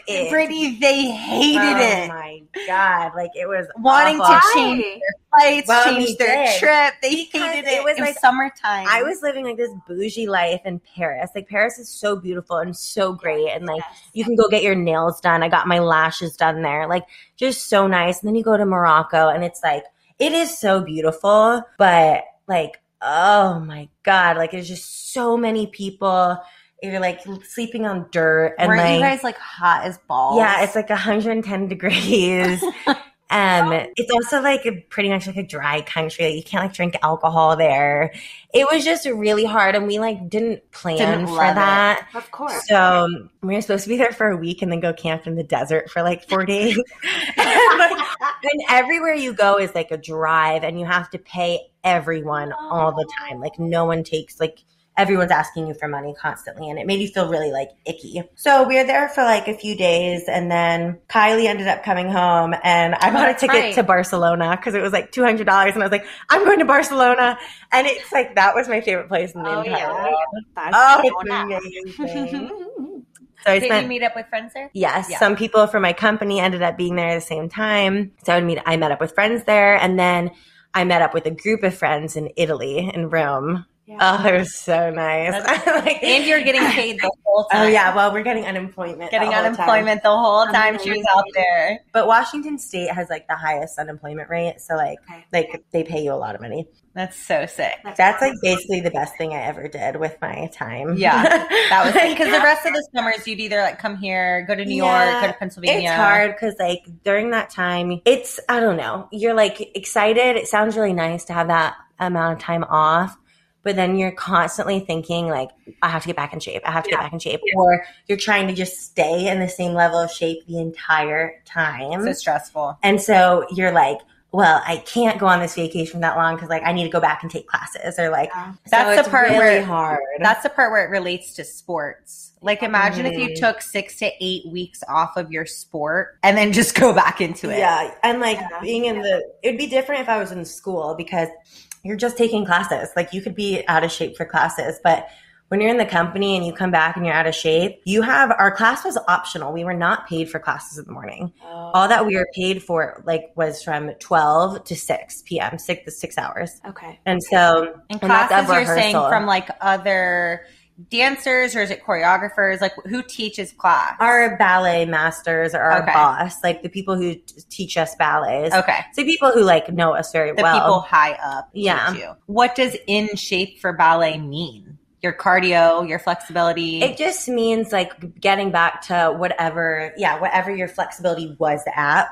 it. Brittany, they hated oh it. my god, like it was Wanting awful. to change flights, Well, we changed their did. trip. They Because hated it. it was like- summertime. I was living like this bougie life in Paris. Like Paris is so beautiful and so great, and like you can go get your nails done. I got my lashes done there. Like just so nice. And then you go to Morocco and it's like it is so beautiful, but like oh my god, like there's just so many people. You're like sleeping on dirt and Weren't like you guys like hot as balls? yeah, it's like 110 degrees. Um, it's also like a pretty much like a dry country. Like you can't like drink alcohol there. It was just really hard, and we like didn't plan Didn't for love it. that. Of course. So we were supposed to be there for a week and then go camp in the desert for like four days. and everywhere you go is like a drive, and you have to pay everyone all the time. Like no one takes like everyone's asking you for money constantly, and it made you feel really like icky. So we were there for like a few days, and then Kylie ended up coming home, and I bought a That's ticket right. to Barcelona because it was like two hundred dollars, and I was like, I'm going to Barcelona, and it's like that was my favorite place in the Oh, entire yeah. world. That's Oh, going out. it's amazing. so I Did you spent. meet up with friends there? Yes, Yeah. some people from my company ended up being there at the same time. So I would meet. I met up with friends there, and then I met up with a group of friends in Italy in Rome. Yeah. Oh, it was so nice. Like- And you're getting paid the whole time. Oh yeah, well we're getting unemployment. Getting the whole time. unemployment the whole time she was Amazing. out there. but Washington State has like the highest unemployment rate, so like Okay. like they pay you a lot of money. That's so sick. That's like basically the best thing I ever did with my time. Yeah, That was Like, because the rest of the summers you'd either like come here, go to New York, Yeah, go to Pennsylvania. It's hard because, like, during that time, it's, I don't know, you're like excited. It sounds really nice to have that amount of time off, but then you're constantly thinking, like, I have to get back in shape. I have to Yeah. get back in shape. Or you're trying to just stay in the same level of shape the entire time. So stressful. and so you're like, well, I can't go on this vacation that long because, like, I need to go back and take classes or, like, Yeah. so That's the it's part really where- hard. That's the part where it relates to sports. Like imagine if you Mhm. took six to eight weeks off of your sport and then just go back into it. Yeah, and like Yeah. being in the, it'd be different if I was in school because you're just taking classes. Like you could be out of shape for classes, but when you're in the company and you come back and you're out of shape, you have our class was optional. We were not paid for classes in the morning. All that we were paid for like was from 12 to 6 p.m., six to six hours. Okay. And so And And that's classes at you're saying rehearsal. from like other dancers or is it choreographers? Like who teaches class? our ballet masters or our Okay. boss, like the people who t- teach us ballets, okay. so people who like know us very The well. people high up. teach Yeah. You. What does in shape for ballet mean? Your cardio, your flexibility. It just means like getting back to whatever, yeah, whatever your flexibility was at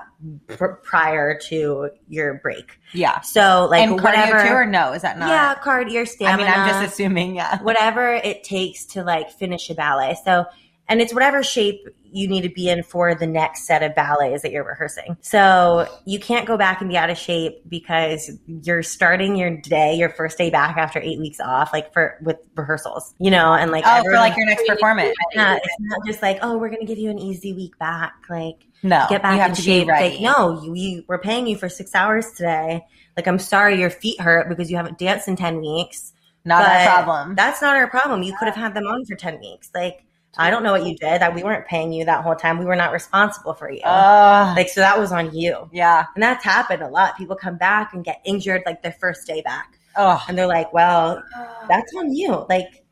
pr- prior to your break. yeah. So like and whatever, cardio too or no? Is that not? yeah, cardio, I stamina. mean, I'm just assuming. Yeah. whatever it takes to like finish a ballet. So And it's whatever shape you need to be in for the next set of ballets that you're rehearsing. So you can't go back and be out of shape because you're starting your day, your first day back after eight weeks off, like for with rehearsals, you know, and like Oh, for everyone- like your next performance. yeah, it's not just like oh, we're gonna give you an easy week back, like No, get back you have into to be shape. ready. Like, no, you, you we're paying you for six hours today. Like, I'm sorry your feet hurt because you haven't danced in ten weeks. Not our but problem. That's not our problem. You could have had them on for ten weeks. Like, I don't know what you did. That we weren't paying you that whole time. We were not responsible for you. Uh. Ugh. like, so that was on you. yeah. And that's happened a lot. People come back and get injured like their first day back, Oh, and they're like, "Well, That that's on you." Like,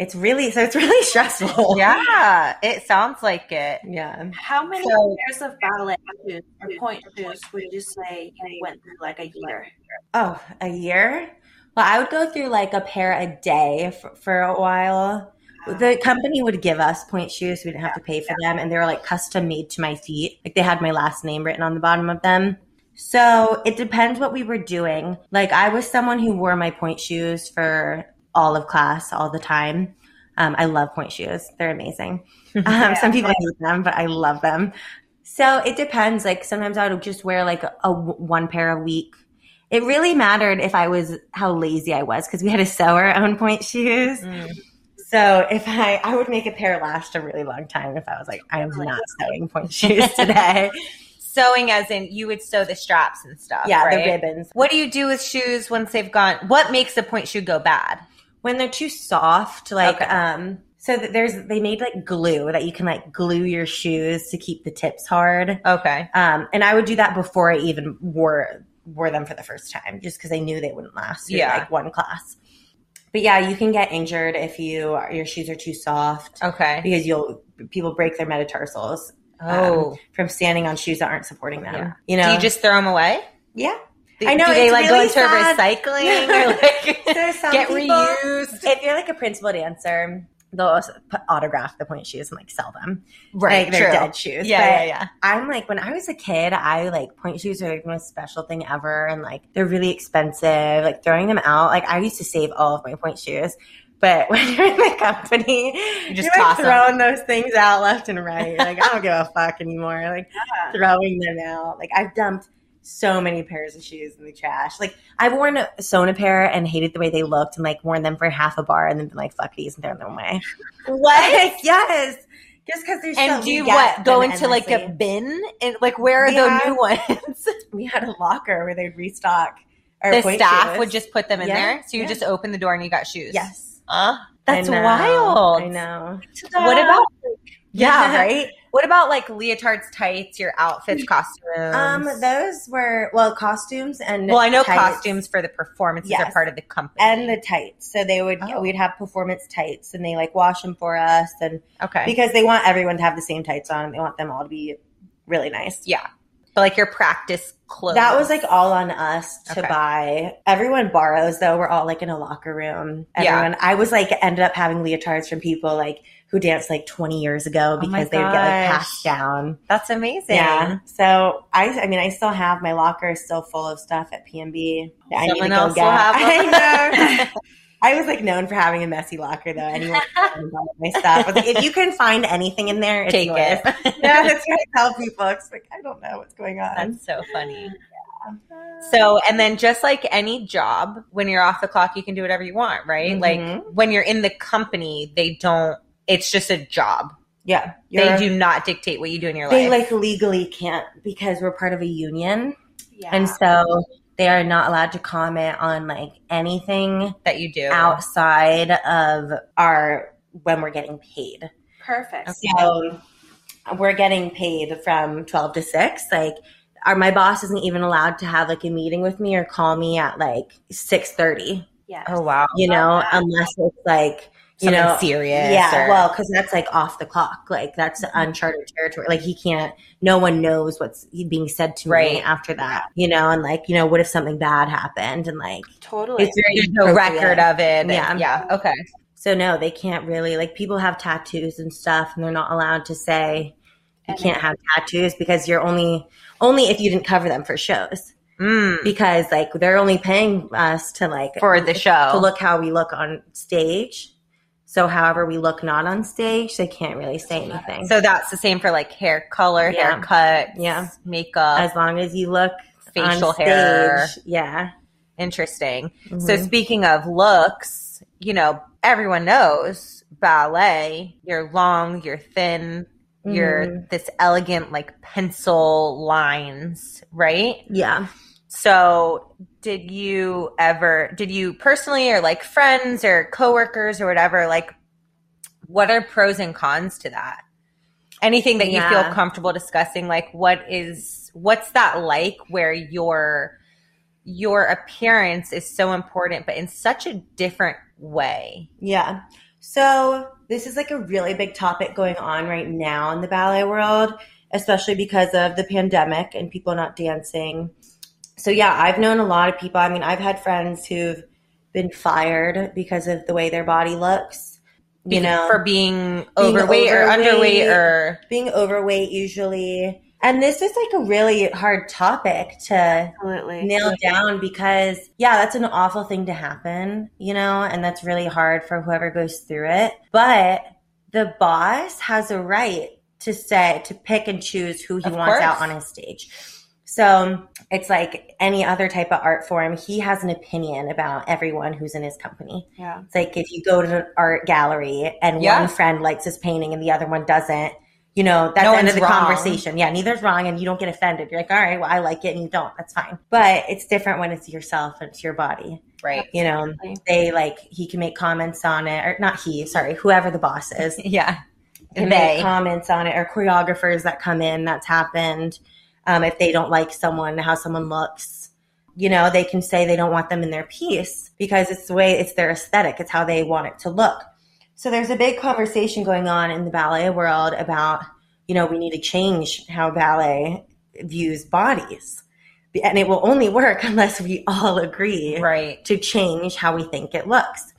it's really so. It's really stressful. yeah. It sounds like it. Yeah. How many So- pairs of ballet shoes or point shoes would you say you went through like a year? Oh, a year? Well, I would go through like a pair a day for, for a while. The company would give us point shoes. We didn't have to pay for them. And they were like custom made to my feet. Like they had my last name written on the bottom of them. So it depends what we were doing. Like I was someone who wore my point shoes for all of class all the time. Um, I love point shoes. They're amazing. Um, some people hate them, but I love them. So it depends. Like sometimes I would just wear like a, a w- one pair a week. It really mattered if I was how lazy I was because we had to sew our own point shoes. So if I I would make a pair last a really long time if I was like I Oh am not sewing point shoes today. Sewing, as in you would sew the straps and stuff. yeah, right? the ribbons. What do you do with shoes once they've gone? What makes a point shoe go bad? when they're too soft like Okay. um so that there's they made like glue that you can like glue your shoes to keep the tips hard Okay. um and i would do that before i even wore wore them for the first time just because i knew they wouldn't last through, Yeah. like one class but yeah you can get injured if you are- your shoes are too soft Okay. because you'll people break their metatarsals Oh. from standing on shoes that aren't supporting them Yeah. you know do you just throw them away? yeah Do, I know, Do they it's like really go into sad. recycling or like So some get people- reused? if you're like a principal dancer they'll also put- autograph the point shoes and like sell them like they're dead shoes. Yeah, But yeah, yeah. I'm like when I was a kid, I like point shoes are like the most special thing ever, and like they're really expensive. Like throwing them out, like I used to save all of my point shoes. But when you're in the company, you just are like toss 'em. throwing those things out left and right. Like I don't give a fuck anymore. Like Yeah. throwing them out. Like I've dumped so many pairs of shoes in the trash. Like I've worn a, sewn a pair and hated the way they looked, and like worn them for half a bar, and then been like fuck these and thrown them away. What? Like, yes. Just because there's And so- do we you get what go them into like a endlessly. bin and like where are Yeah. the new ones? we had a locker where they'd restock our the point staff shoes. would just put them in Yeah, there, so you yeah. just opened the door and you got shoes. yes. Huh? I That's know, wild. I know. What about yeah, Yeah. right? What about like leotards, tights, your outfits, costumes? Mm-hmm. Um, those were well costumes and well, I know tights. costumes for the performances are Yes. part of the company. and the tights. So they would Oh. we'd have performance tights and they like wash them for us and okay, because they want everyone to have the same tights on and they want them all to be really nice. yeah, but like your practice clothes. That was like all on us to Okay. buy. Everyone borrows though. We're all like in a locker room. Yeah. Everyone. I was like ended up having leotards from people like who danced like 20 years Oh ago my because they would get like gosh. passed down. that's amazing. Yeah. So I I mean I still have my locker is still full of stuff at PMB. that I need to Someone go else get. will have them. I know. I was like known for having a messy locker though. Anyone can buy my stuff. I was, like, if you can find anything in there, it's Take yours. it. Yeah, that's what I tell people. It's like I don't know what's going on. That's so funny. So, and then just like any job, when you're off the clock, you can do whatever you want, right? Like Mhm. when you're in the company, they don't, it's just a job. yeah, they you're- do not dictate what you do in your They life. like legally can't because we're part of a union, Yeah. and so they are not allowed to comment on like anything that you do. outside of our when we're getting paid. perfect. So we're getting paid from 12 to 6. Like our my boss isn't even allowed to have like a meeting with me or call me at like 6:30, Yeah. Oh, wow. you know, Love that. unless it's like you Something know, serious. yeah, or- well, because that's like off the clock. Like that's Mm-hmm. uncharted territory. Like he can't. No one knows what's being said to me Right. after that. You know, and like you know, what if something bad happened? And like, Totally. It's very there's no appropriate. record of it. Yeah. And- Yeah. Okay. so no, they can't really. Like people have tattoos and stuff, and they're not allowed to say you And- can't have tattoos because you're only only if you didn't cover them for shows. Mm, Because like they're only paying us to like for the show. to look how we look on stage So, however we look not on stage, they can't really say anything. So that's the same for like hair color, Yeah. haircut, Yeah. makeup, as long as you look facial on stage, hair. yeah. Interesting. So Mhm. speaking of looks, you know, everyone knows ballet. You're long, you're thin, Mm-hmm. you're this elegant like pencil lines, right? yeah. So, did you ever, did you personally or like friends or coworkers or whatever, like what are pros and cons to that? Anything that you Yeah. feel comfortable discussing, like what is, what's that like where your, your appearance is so important, but in such a different way? Yeah. So this is like a really big topic going on right now in the ballet world, especially because of the pandemic and people not dancing. So yeah, I've known a lot of people. I mean, I've had friends who've been fired because of the way their body looks. You Be- know, for being, being overweight, or overweight. underweight or being overweight usually. And this is like a really hard topic to Absolutely. nail down because yeah that's an awful thing to happen you know and that's really hard for whoever goes through it but the boss has a right to say to pick and choose who he Of wants out course. on his stage so it's like any other type of art form he has an opinion about everyone who's in his company Yeah. it's like if you go to an art gallery and Yeah. one friend likes his painting and the other one doesn't, you know, that's No the end one's of the wrong. conversation. Yeah, neither's wrong and you don't get offended. You're like, all right, well, I like it and you don't. That's fine. But it's different when it's yourself and it's your body. right. You know, Absolutely. they like, he can make comments on it, or not he, sorry, whoever the boss is Yeah. They. can make comments on it, or choreographers that come in, that's happened. Um, if they don't like someone, how someone looks, you know, they can say they don't want them in their piece because it's the way it's their aesthetic, it's how they want it to look. So there's a big conversation going on in the ballet world about, you know, we need to change how ballet views bodies. And it will only work unless we all agree Right. to change how we think it looks.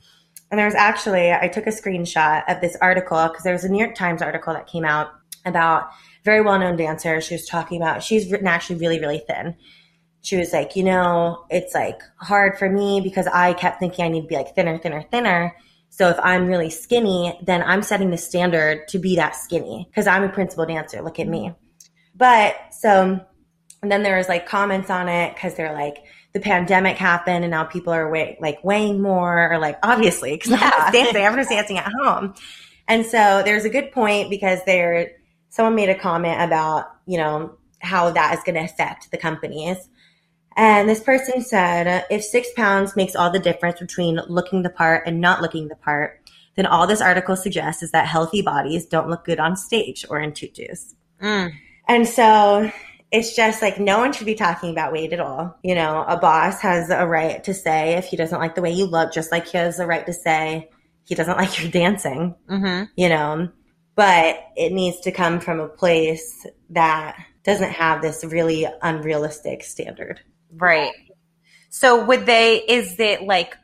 And there's actually, I took a screenshot of this article because there was a New York Times article that came out about a very well known dancer. She was talking about, she's written actually really, really thin. She was like, you know, it's like hard for me because I kept thinking I need to be like thinner, thinner, thinner. So if I'm really skinny, then I'm setting the standard to be that skinny because I'm a principal dancer. Look at me. But so, and then there was like comments on it because they're like, the pandemic happened and now people are weigh, like weighing more or like obviously because Yeah. dancing, everyone's dancing at home. And so there's a good point because there, someone made a comment about, you know, how that is going to affect the companies. And this person said, if six pounds makes all the difference between looking the part and not looking the part, then all this article suggests is that healthy bodies don't look good on stage or in tutus. Mm. And so it's just like no one should be talking about weight at all. You know, a boss has a right to say if he doesn't like the way you look, just like he has the right to say he doesn't like your dancing hmm you know, but it needs to come from a place that doesn't have this really unrealistic standard. Right. So would they is it like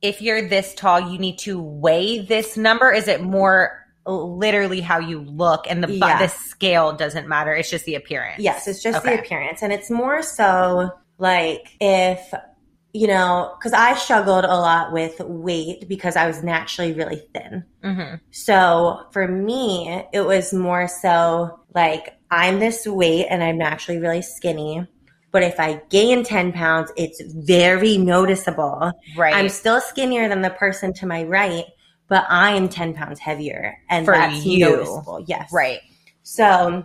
if you're this tall you need to weigh this number is it more literally how you look and the bu- Yeah. the scale doesn't matter it's just the appearance. Yes, it's just Okay. the appearance. And it's more so like if, you know, because I struggled a lot with weight because I was naturally really thin. Mhm. So for me, it was more so like I'm this weight and I'm naturally really skinny. But if I gain 10 pounds, it's very noticeable. Right. I'm still skinnier than the person to my right, but I am 10 pounds heavier. And For that's you. noticeable. Yes. right. So,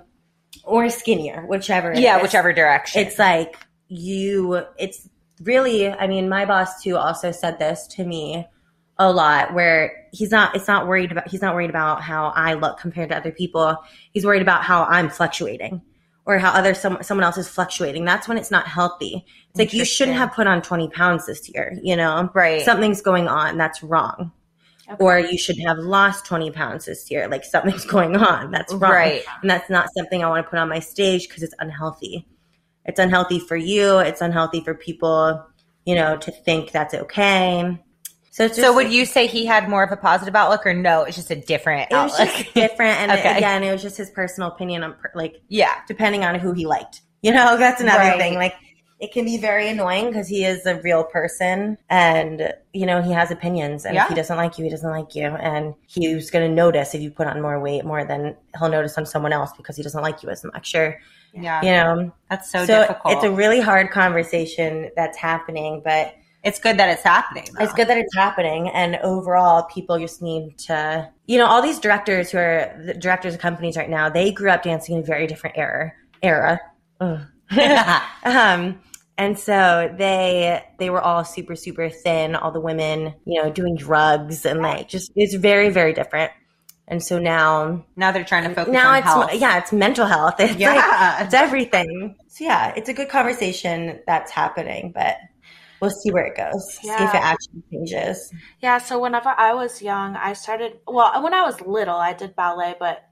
or skinnier, whichever. it Yeah, is. whichever direction. It's like you, it's really, I mean, my boss too also said this to me a lot where he's not, it's not worried about, he's not worried about how I look compared to other people. He's worried about how I'm fluctuating. Or how other some, someone else is fluctuating. That's when it's not healthy. It's like you Interesting. shouldn't have put on twenty pounds this year. You know, right. something's going on that's wrong Okay. or you should have lost 20 pounds this year like something's going on that's wrong Right. and that's not something i want to put on my stage because it's unhealthy it's unhealthy for you it's unhealthy for people you know to think that's okay so it's just So would you say he had more of a positive outlook or no, it's just a different it was outlook? just different and oh, Okay. again it was just his personal opinion on per- like yeah. depending on who he liked you know that's another Right. thing like it can be very annoying because he is a real person and you know he has opinions and if Yeah. he doesn't like you he doesn't like you and he's going to notice if you put on more weight more than he'll notice on someone else because he doesn't like you as much or Yeah. you know That's so, difficult. it's a really hard conversation that's happening but it's good that it's happening. though. it's good that it's happening, and overall, people just need to, you know, all these directors who are the directors of companies right now, they grew up dancing in a very different era. Era. Ugh. um, and so they they were all super super thin. All the women, you know, doing drugs and like just it's very very different. And so now now they're trying to focus now on it's health. yeah it's mental health. It's like, Yeah. it's everything. So yeah, it's a good conversation that's happening, but we'll see where it goes. See if Yeah. it actually changes. Yeah, so whenever I was young, I started, well, when I was little, I did ballet, but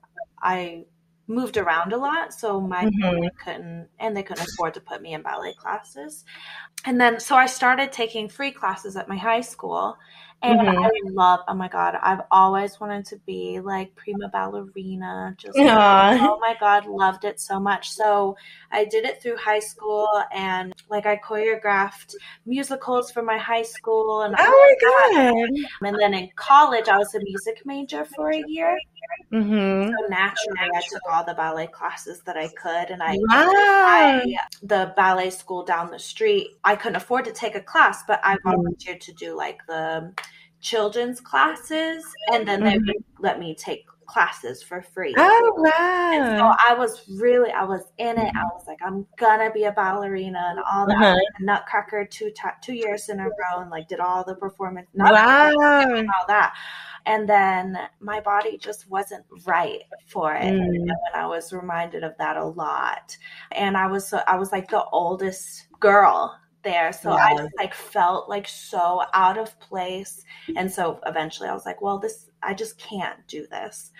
I moved around a lot, so my Mhm. family couldn't, and they couldn't afford to put me in ballet classes. And then, so I started taking free classes at my high school, and Mhm. I love, oh my God, I've always wanted to be like prima ballerina, just like, Aw. oh my god loved it so much so i did it through high school and like i choreographed musicals for my high school and, Oh my god. and then in college i was a music major for a year Mm-hmm. so naturally i took all the ballet classes that i could and i Wow. I, the ballet school down the street. I couldn't afford to take a class, but I Mm-hmm. volunteered to do like the children's classes, and then they would let me take classes for free. Mm-hmm. Oh Mm-hmm. And wow. so I was really, I was in it. I was like, I'm gonna be a ballerina and all that. Uh-huh. Nutcracker two ti- two years in a row, and like did all the performance, Wow. and all that. And then my body just wasn't right for it. Mm. And when I was reminded of that a lot, and I was so, I was like the oldest girl there, so I Yeah. just like felt like so out of place. And so eventually, I was like, well, this, I just can't do this.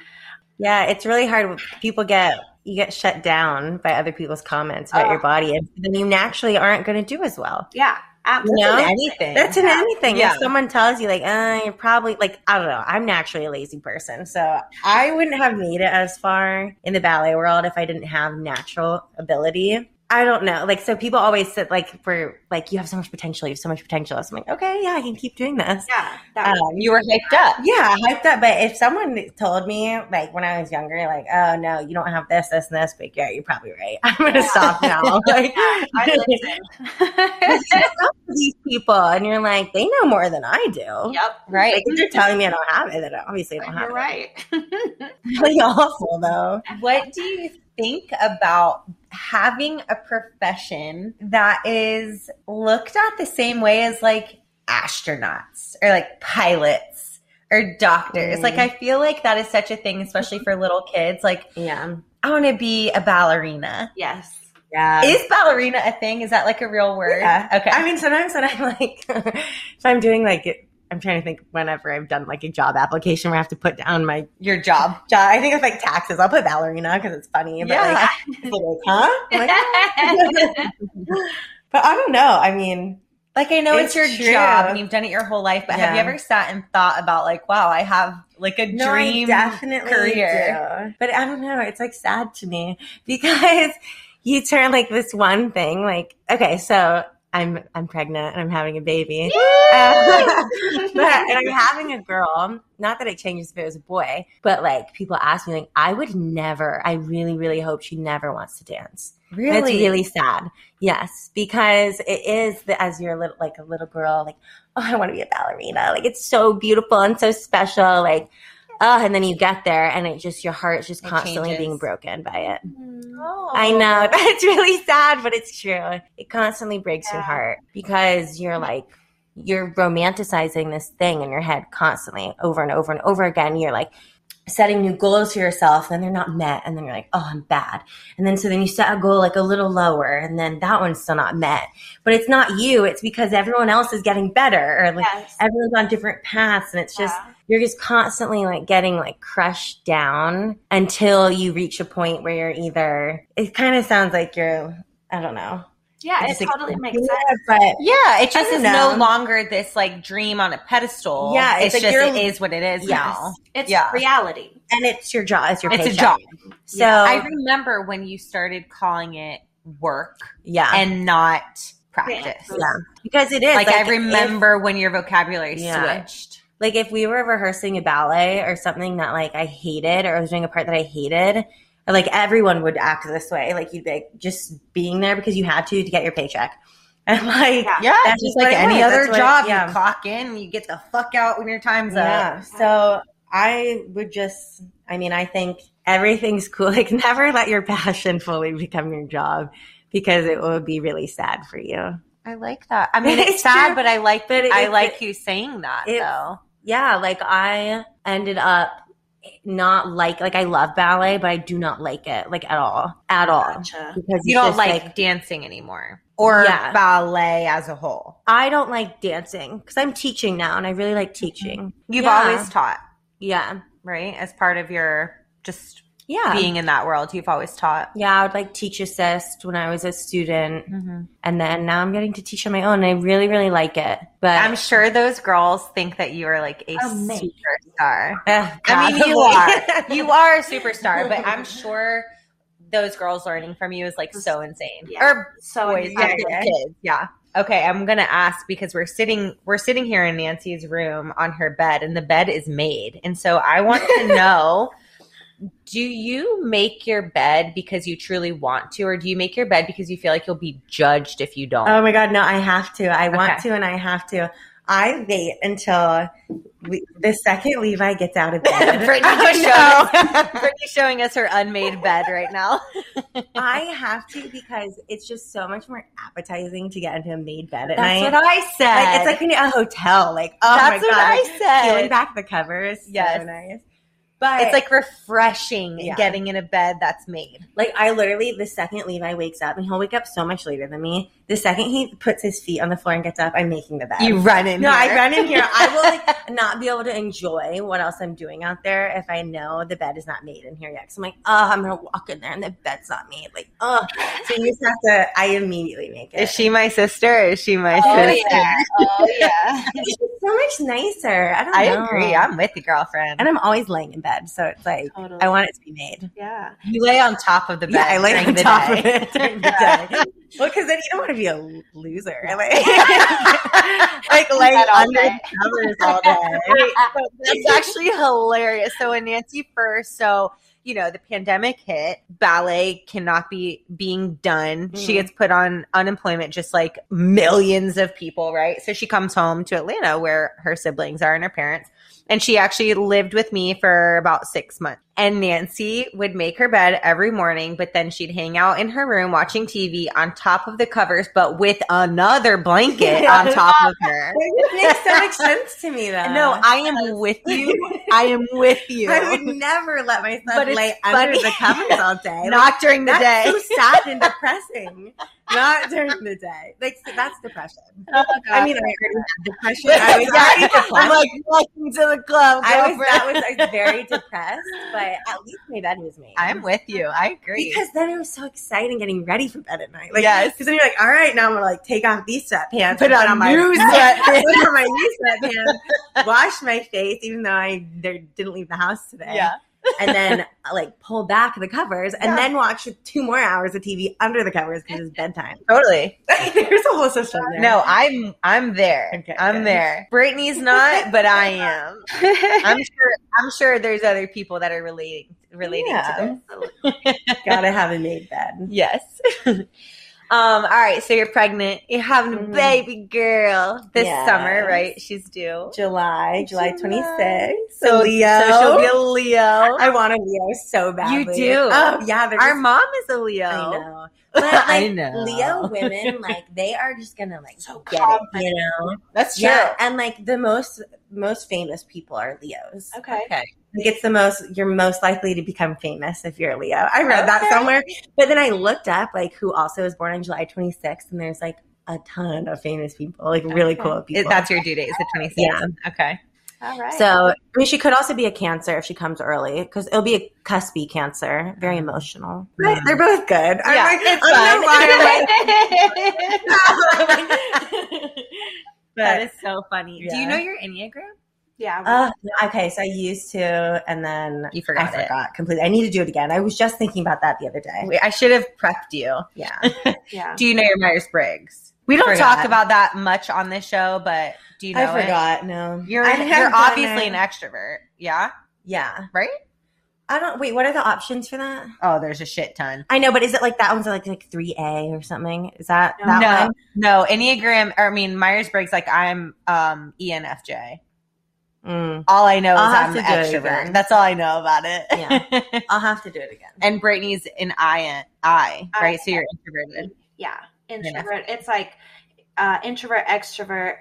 Yeah, it's really hard. when People get you get shut down by other people's comments about Oh. your body, and then you naturally aren't going to do as well. Yeah, absolutely. No. That's in anything. That's in anything. Yeah. If someone tells you, like, uh, you're probably like, I don't know, I'm naturally a lazy person. So I wouldn't have made it as far in the ballet world if I didn't have natural ability. I don't know. Like, so people always said, like, we're like, you have so much potential. You have so much potential. So I'm like, okay, yeah, I can keep doing this. Yeah, that Um, you were hyped up. yeah, I hyped up. But if someone told me, like when I was younger, like, oh no, you don't have this, this, and this, but yeah, you're probably right. I'm gonna stop now. Like, Yeah, I listen. these people, and you're like, they know more than I do. yep. Like, Right. if you're telling me I don't have it, then obviously I don't have You're right. it. Pretty awful though. What do you think about having a profession that is looked at the same way as like astronauts or like pilots or doctors? Mm. Like, I feel like that is such a thing, especially for little kids. Like, Yeah. I want to be a ballerina. yes. Yeah. Is ballerina a thing? Is that like a real word? Yeah. Okay. I mean, sometimes when I'm like, if I'm doing like, I'm trying to think whenever I've done like a job application where I have to put down my your job. job. I think it's like taxes. I'll put ballerina because it's funny. But Yeah. like, it's like, huh? I'm like, but I don't know. I mean, Like I know it's, It's your true. job and you've done it your whole life, but have you Yeah. ever sat and thought about like, wow, I have like a no, dream? I definitely career. do. But I don't know. It's like sad to me because you turn like this one thing. Like, okay, so I'm I'm pregnant and I'm having a baby. Uh, but and I'm having a girl. Not that it changes if it was a boy, but like people ask me, like, I would never. I really, really hope she never wants to dance. Really? That's really sad. Yes, because it is the, as you're a little, like a little girl, like oh, I want to be a ballerina. Like it's so beautiful and so special. Like oh, and then you get there, and it just your heart's just It constantly changes. being broken by it. Mm-hmm. Oh. I know that's really sad, but it's true. It constantly breaks your Yeah. heart because you're like you're romanticizing this thing in your head constantly over and over and over again. You're like setting new goals for yourself, then they're not met, and then you're like, oh, I'm bad. And then so then you set a goal like a little lower, and then that one's still not met. But it's not you; it's because everyone else is getting better, or like Yes. everyone's on different paths, and it's just Yeah. you're just constantly like getting like crushed down until you reach a point where you're either it kind of sounds like you're I don't know. Yeah, It's it like- totally makes sense. Yeah, but Yeah, it I just don't is know. no longer this like dream on a pedestal. Yeah, it's, it's like just you're- it is what it is Yes. now. It's Yeah. reality. and it's your job, it's your It's a paycheck. job. So I remember when you started calling it work Yeah. and not practice. Yeah. because it is Like, like I remember when your vocabulary Yeah. switched. like if we were rehearsing a ballet or something that like I hated or I was doing a part that I hated, or like everyone would act this way. Like you'd be like just being there because you had to to get your paycheck. And like Yeah. Yeah, That's just what like it any was. other That's what it- job, yeah. you clock in, you get the fuck out when your time's yeah. up. So I would just I mean, I think everything's cool. Like never let your passion fully become your job because it will be really sad for you. I like that. I mean, it's, It's sad, true. but I like But it- I it- like you saying that it- though. yeah, like I ended up not like like I love ballet, but I do not like it like at all, at all. Gotcha. Because You it's don't just, like, dancing anymore or Yeah. ballet as a whole. I don't like dancing because I'm teaching now, and I really like teaching. You've Yeah. always taught, Yeah, right? As part of your just yeah, being in that world, you've always taught. yeah. I would like teach assist when I was a student, Mm-hmm. and then now I'm getting to teach on my own. And I really, really like it. But uh, I'm sure those girls think that you are like a Amazing. superstar. Ugh, I mean, you probably. are. You are a superstar, but I'm sure those girls learning from you is like so insane. Yeah. Or Oh, So boys, excited. yeah, kids, yeah. Okay, I'm gonna ask because we're sitting we're sitting here in Nancy's room on her bed, and the bed is made, and so I want to know. Do you make your bed because you truly want to, or do you make your bed because you feel like you'll be judged if you don't? Oh my god, no! I have to. I want Okay. to, and I have to. I wait until Le- the second Levi gets out of bed. Brittany just I know. showed Brittany's showing us her unmade bed right now. I have to because it's just so much more appetizing to get into a made bed at That's night. what I said. Like, it's like when you're at a hotel. Like, oh That's my what god, I said. peeling back the covers. Yes. so nice. But it's like refreshing Yeah. getting in a bed that's made. like I literally the second Levi wakes up, and he'll wake up so much later than me. The second he puts his feet on the floor and gets up, I'm making the bed. run in. no, I run in here. I will like not be able to enjoy what else I'm doing out there if I know the bed is not made in here yet. Because I'm like, oh, I'm gonna walk in there and the bed's not made. Like, oh, so you just have to. I immediately make it. Is she my sister? Is she my Oh sister? yeah. Oh yeah. It's just so much nicer. I don't. I know. agree. I'm with you, girlfriend. and I'm always laying in bed, so it's like Totally. I want it to be made. yeah. you lay on top of the bed. Yeah, I lay during on the top day. of it during the day. Well, because then you don't want to be a l- loser. Like, like lay That all under day. covers all day. But That's actually hilarious. So when Nancy first, so you know, the pandemic hit, ballet cannot be being done. She Mhm. gets put on unemployment, just like millions of people, right? So she comes home to Atlanta where her siblings are and her parents. And she actually lived with me for about six months. And Nancy would make her bed every morning, but then she'd hang out in her room watching TV on top of the covers, but with another blanket on top of her. it makes so much sense to me, though. No, I am with you. I am with you. I would never let But myself it's lay funny. under the covers all day. Like, Not during the that's day. so sad and depressing. Not during the day. Like so that's depression. Oh, I mean, I already had depression. I was I'm already depressed. like, welcome to the club. I was, girlfriend. that was, I was very depressed, but at least my bed was made. I'm with you. I agree. Because then it was so exciting getting ready for bed at night. Like, Yes. Because then you're like, all right, now I'm gonna like take off these sweatpants, Put and on new sweatpants. put on my new sweatpants, wash my face, even though I there, didn't leave the house today. And then uh, like pull back the covers, and Yeah. then watch two more hours of TV under the covers because it's bedtime. totally. There's a whole system there. No, I'm I'm there. Okay, I'm good. there. Brittany's not, but I am. I'm sure. I'm sure there's other people that are relating relating to Yeah. this. gotta have a made bed. Yes. um, all right, so you're pregnant. You're having a Mhm. baby girl this Yes. summer, right? She's due. July, July twenty sixth. So- Leo. So she'll be a Leo. I want a Leo so badly. do. Oh yeah, they're Our just- mom is a Leo. I know. But like, I know. Leo women, like they are just gonna like So get it, you know? That's Yeah, and like the most most famous people are Leos. Okay. Like it's the most you're most likely to become famous if you're a Leo. I read that Okay. somewhere, but then I looked up like who also was born on July 26th, and there's like a ton of famous people, like really cool people. It- that's your due date. Is the 26th. Yeah. Okay. All right. so. I mean, she could also be a Cancer if she comes early because it'll be a cuspy Cancer, very emotional. But Oh. they're both good. I'm Yeah, like, it's I don't know why I'm like, that is so funny. Do you Yeah. know your Enneagram? Yeah. Oh, okay. So I used to, and then You forgot I it. forgot completely. I need to do it again. I was just thinking about that the other day. We- I should have prepped you. Yeah. yeah. Do you know your Myers Briggs? We don't Forgot. talk about that much on this show, but do you know I it? forgot. No. You're I have you're done obviously it. an extrovert. Yeah. Yeah. Right? I don't. Wait. What are the options for that? Oh, there's a shit ton. I know, but is it like that one's like like three A or something? Is that No. that no, no. one? Enneagram, or I mean Myers Briggs. Like I'm um ENFJ. Mm. All I know is I'll have I'm to do it extrovert. again. That's all I know about it. Yeah. I'll have to do it again. and Brittany's an I, I, right? So you're introverted. yeah. Introvert. It's like uh, introvert, extrovert.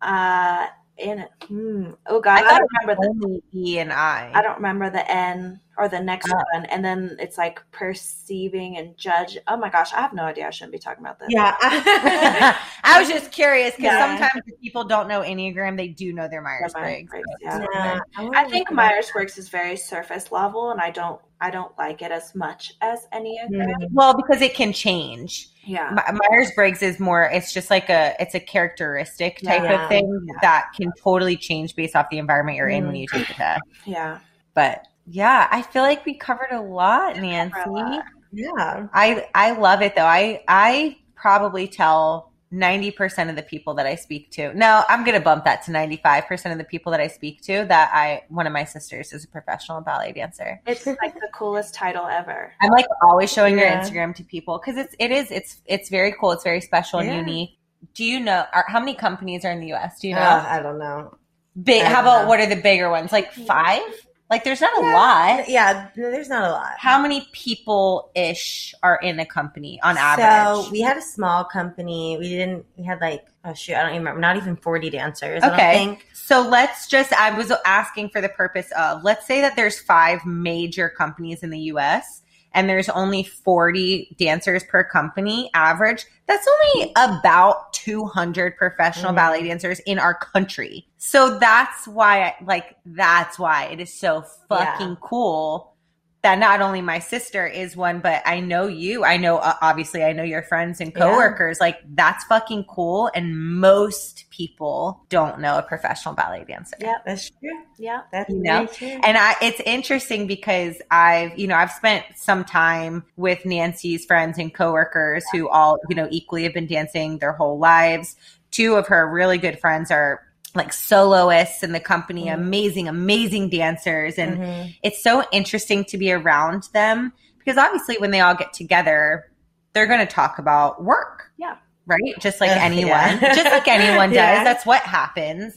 Uh, in hmm. oh god, I I, thought don't remember the Only E and I I. don't remember the N or the next Oh. one, and then it's like perceiving and judge. Oh my gosh, I have no idea. I shouldn't be talking about this. Yeah. I was just curious because Yeah. sometimes if people don't know Enneagram, they do know their Myers Briggs. Yeah. Yeah. Oh, I think Myers Briggs is very surface level, and I don't I don't like it as much as Enneagram. Mm. Well, because it can change. Yeah, Myers Briggs is more. It's just like a. It's a characteristic type Yeah. of thing Yeah. that can totally change based off the environment you're in when Mm. you take the test. yeah. But yeah, I feel like we covered a lot, Nancy. cover a lot. Yeah. I I love it though. I I probably tell ninety percent of the people that I speak to. No, I'm gonna bump that to ninety five percent of the people that I speak to. That I one of my sisters is a professional ballet dancer. It's like the coolest title ever. I'm like always showing your Yeah. Instagram to people because it's it is it's it's very cool. It's very special and Yeah. unique. Do you know are, how many companies are in the U.S.? Do you know? Uh, I don't know. Big. I How don't about know. what are the bigger ones? Like five? Like there's not a Yeah. lot. Yeah. no, There's not a lot. How many people ish are in a company on average? So we had a small company. We didn't. We had like oh shoot, I don't even remember. Not even forty dancers. I Okay. don't think. So let's just, I was asking for the purpose of, let's say that there's five major companies in the US and there's only 40 dancers per company average. That's only about 200 professional Mhm. ballet dancers in our country. So that's why, I, like, that's why it is so fucking cool that not only my sister is one, but I know you. I know, uh, obviously, I know your friends and Yeah. coworkers. Like, that's fucking cool. And most people don't know a professional ballet dancer. Yeah. That's true. Yeah, That's You know? very true. And I, it's interesting because I've, you know, I've spent some time with Nancy's friends and coworkers who all, you know, equally have been dancing their whole lives. Two of her really good friends are like soloists in the company, Mhm. amazing, amazing dancers. And Mhm. it's so interesting to be around them because obviously when they all get together, they're going to talk about work. Yeah. Right? Just like Ugh, anyone, yeah. just like anyone does. Yeah. That's what happens.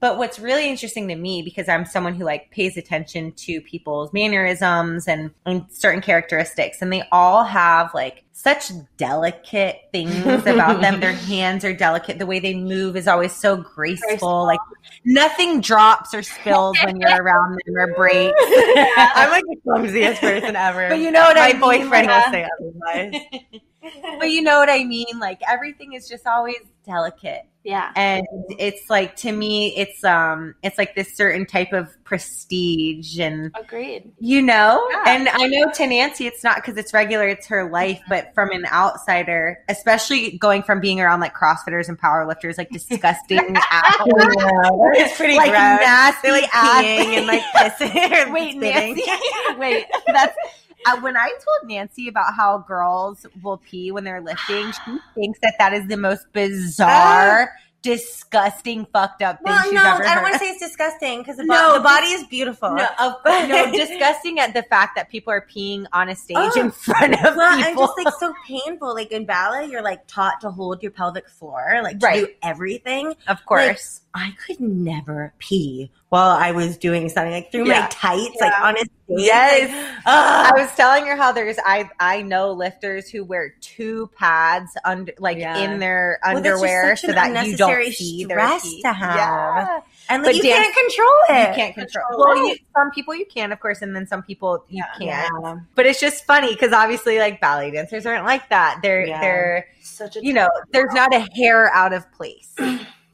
But what's really interesting to me because I'm someone who like pays attention to people's mannerisms and, and certain characteristics and they all have like such delicate things about them. Their hands are delicate. The way they move is always so graceful. Graceful. Like nothing drops or spills when you're around them or breaks. I'm like the clumsiest person ever. But you know what my I mean, boyfriend Leah? will say otherwise. But you know what I mean? Like everything is just always delicate. yeah, And it's like to me it's um it's like this certain type of prestige and agreed. you know Yeah. and I know to Nancy it's not cuz it's regular it's her life but from an outsider especially going from being around like crossfitters and powerlifters like disgusting assholes, it's pretty like gross. nasty They like peeing and like pissing. or Wait, spitting. Nancy. Wait, that's uh, when I told Nancy about how girls will pee when they're lifting. She thinks that that is the most bizarre, disgusting, fucked up thing Uh, Well, she's no, ever I don't want heard. to say it's disgusting because the, bo- No, the body is beautiful. No, of, no, disgusting at the fact that people are peeing on a stage Oh. in front of Well, I'm people. just like so painful. Like in ballet, you're like taught to hold your pelvic floor, like to Right. do everything. of course, I could never pee while I was doing something, like through Yeah. my tights, Yeah. like on a stage. Yes. Like, I ugh. was telling her how there's I I know lifters who wear two pads under like Yeah. in their Well, that's just underwear such so an that you don't unnecessary see their stress pee. to have. Yeah. and but like you dance- can't control it. you can't control. Control Well, you, some people you can, of course, and then some people you Yeah. can't. But it's just funny because obviously, like ballet dancers aren't like that. They're Yeah. they're Such a you know there's not a hair out of place.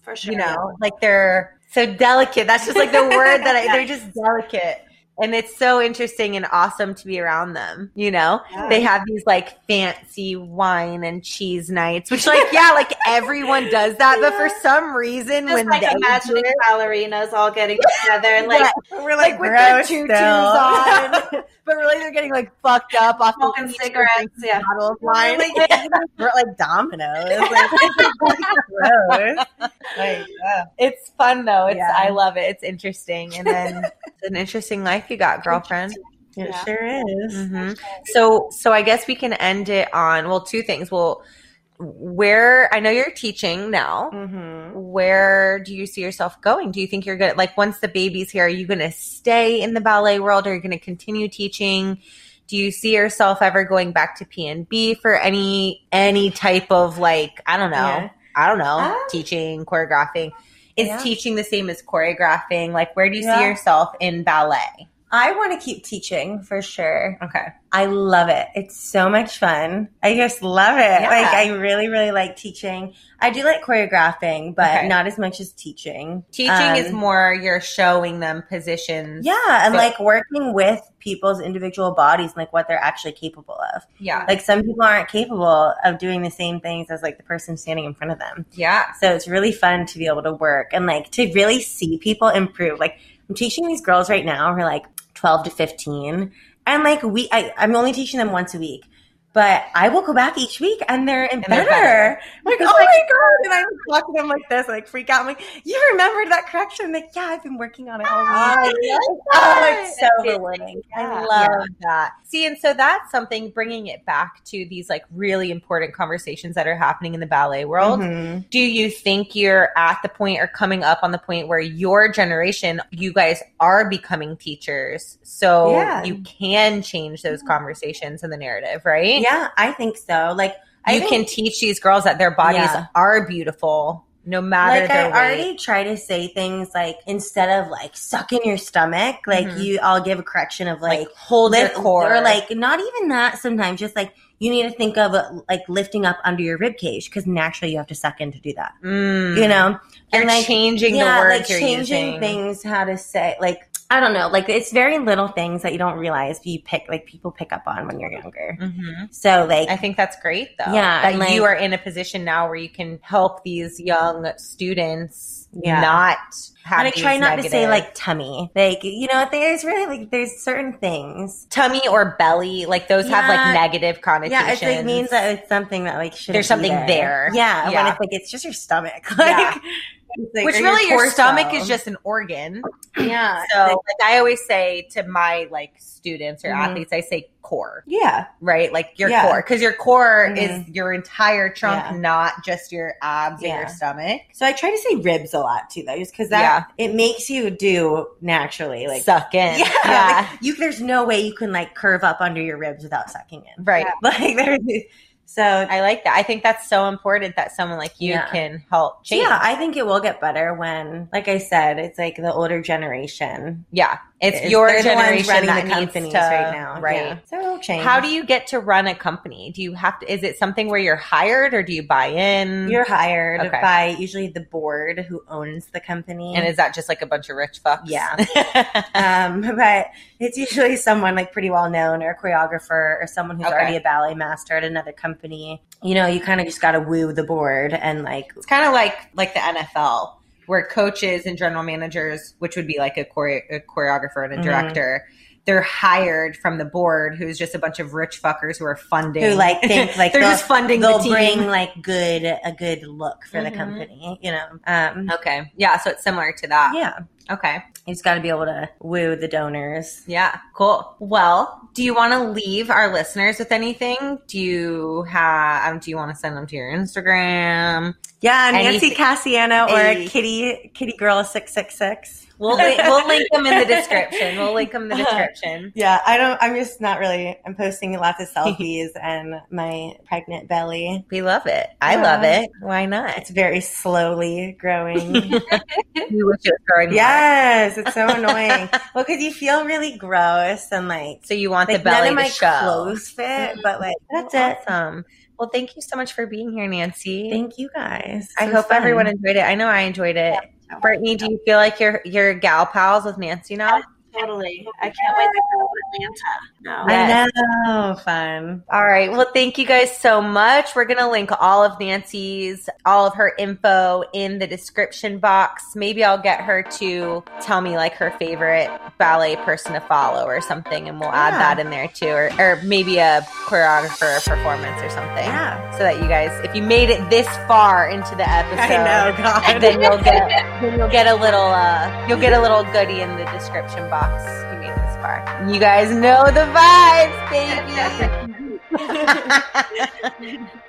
for sure. You know, like they're so delicate. That's just like the word that I, they're just delicate. And it's so interesting and awesome to be around them. You know, Yeah. they have these like fancy wine and cheese nights, which, like, yeah, like everyone does that. But for Yeah. some reason, Just when like they imagining do it, ballerinas all getting together and like Yeah. We're like with their gross tutus still. on, but really they're getting like fucked up off the smoking beach and cigarettes. Yeah. drinking bottle of wine. We're like dominoes. Like, gross. Like, yeah. It's fun though. It's Yeah. I love it. It's interesting, and then it's an interesting life you got, girlfriend. It Yeah. sure is. Mhm. So, so I guess we can end it on well, two things. Well, where I know you're teaching now. Mm-hmm. Where do you see yourself going? Do you think you're good? Like, once the baby's here, are you going to stay in the ballet world? Are you going to continue teaching? Do you see yourself ever going back to P and B for any any type of like I don't know Yeah. I don't know Um, teaching choreographing? Is yeah. teaching the same as choreographing? Like, where do you see Yeah. yourself in ballet? I want to keep teaching for sure. Okay, I love it. It's so much fun. I just love it. Yeah. Like I really, really like teaching. I do like choreographing, but Okay. not as much as teaching. teaching is Um, more you're showing them positions. Yeah, and So- like working with people's individual bodies and like what they're actually capable of. yeah, Like some people aren't capable of doing the same things as like the person standing in front of them. yeah. So it's really fun to be able to work and like to really see people improve. Like I'm teaching these girls right now who are like 12 to 15 and like we I, I'm only teaching them once a week. But I will go back each week and they're in And they're better. better. I'm like, oh my god! And I'm talking to them like this, like freak out. I'm like, you remembered that correction? I'm like, yeah, I've been working on it all week. Ah, Oh, it's so rewarding. I I love love that. See, and so that's something bringing it back to these like really important conversations that are happening in the ballet world. Mm-hmm. Mhm. Do you think you're at the point or coming up on the point where your generation, you guys are becoming teachers? So Yeah. you can change those conversations in the narrative, right? Mm-hmm. Yeah, I think so. Like I You think- can teach these girls that their bodies Yeah. are beautiful no matter like their I weight. already try to say things like instead of like suck in your stomach, like Mhm. you, I'll give a correction of like, like, hold your lift core. or like not even that. Sometimes just like you need to think of uh, like lifting up under your rib cage because naturally you have to suck in to do that. Mm. You know, You're and like changing yeah, the words like you're changing using. things how to say like. I don't know. Like it's very little things that you don't realize you pick like people pick up on when you're younger. Mhm. So like I think that's great, though. Yeah, that and, like- you are in a position now where you can help these young students Yeah. not have. and I these try not to say negative- like tummy. Like you know, there's really like there's certain things tummy or belly. Like those have Yeah. like negative connotations. Yeah, it like means that it's something that like should There's something there. Yeah, Yeah. when it's like it's just your stomach, like, Yeah. it's, like, Which or really, your, Uh, torso. stomach is just an organ. yeah, So, like I always say to my like students or Mhm. athletes, I say core, yeah, right? Like your Yeah. core, because your core Mhm. is your entire trunk, Yeah. not just your abs and Yeah. your stomach. So I try to say ribs a lot too, though, just because that it makes you do naturally, like Suck in, yeah, yeah. like, you. There's no way you can like curve up under your ribs without sucking in, right. Yeah. Like there's so. I like that. I think that's so important that someone like you Yeah. can help change. Yeah, I think it will get better when, like I said, it's like the older generation. Yeah. It's is- your they're the ones generation running that the companies companies to, right now, Right. Yeah. So it'll change. How do you get to run a company? Do you have to is it something where you're hired or do you buy in? You're hired Okay. by usually the board who owns the company. and is that just like a bunch of rich fucks? Yeah. um, but it's usually someone like pretty well known or a choreographer or someone who's Okay. already a ballet master at another company. You know, you kind of just got to woo the board and like, it's kind of like like the NFL where coaches and general managers, which would be like a, chore- a choreographer and a Mhm. director, they're hired from the board who's just a bunch of rich fuckers who are funding who like think like they're they'll- just funding the they'll team. bring like good, a good look for Mhm. the company, you know? Um, okay. Yeah, so it's similar to that. yeah, Okay. you just got to be able to woo the donors. Yeah, cool. Well, do you want to leave our listeners with anything? Do you have? Um, do you want to send them to your Instagram? Yeah, Nancy Nancy Cassiano or or Kitty Kitty Girl six six six. We'll li- we'll link them in the description. We'll link them in the Uh-huh. description. Yeah, I don't. I'm just not really. I'm posting lots of selfies and my pregnant belly. We love it. I love Yeah. it. Why not? It's very slowly growing. You wish it was growing more. yes, it's so annoying. Well, because you feel really gross and like, So you want like the belly none of my to show. Mm-hmm. clothes fit, but like That's that's it. awesome. Well, thank you so much for being here, Nancy. Thank you guys. I It was hope fun. everyone enjoyed it. I know I enjoyed it. Brittany, do you feel like you're you're gal pals with Nancy now? Totally. I can't wait to go to Atlanta. No. Yes. I know. Fun. All right. Well, thank you guys so much. We're going to link all of Nancy's, all of her info in the description box. Maybe I'll get her to tell me like her favorite ballet person to follow or something, and we'll add Yeah. that in there too, or, or maybe a choreographer performance or something. Yeah. So that you guys, if you made it this far into the episode, God. then you'll get then you'll get a little uh you'll get a little goodie in the description box if you made it this far. You guys know the vibes, baby.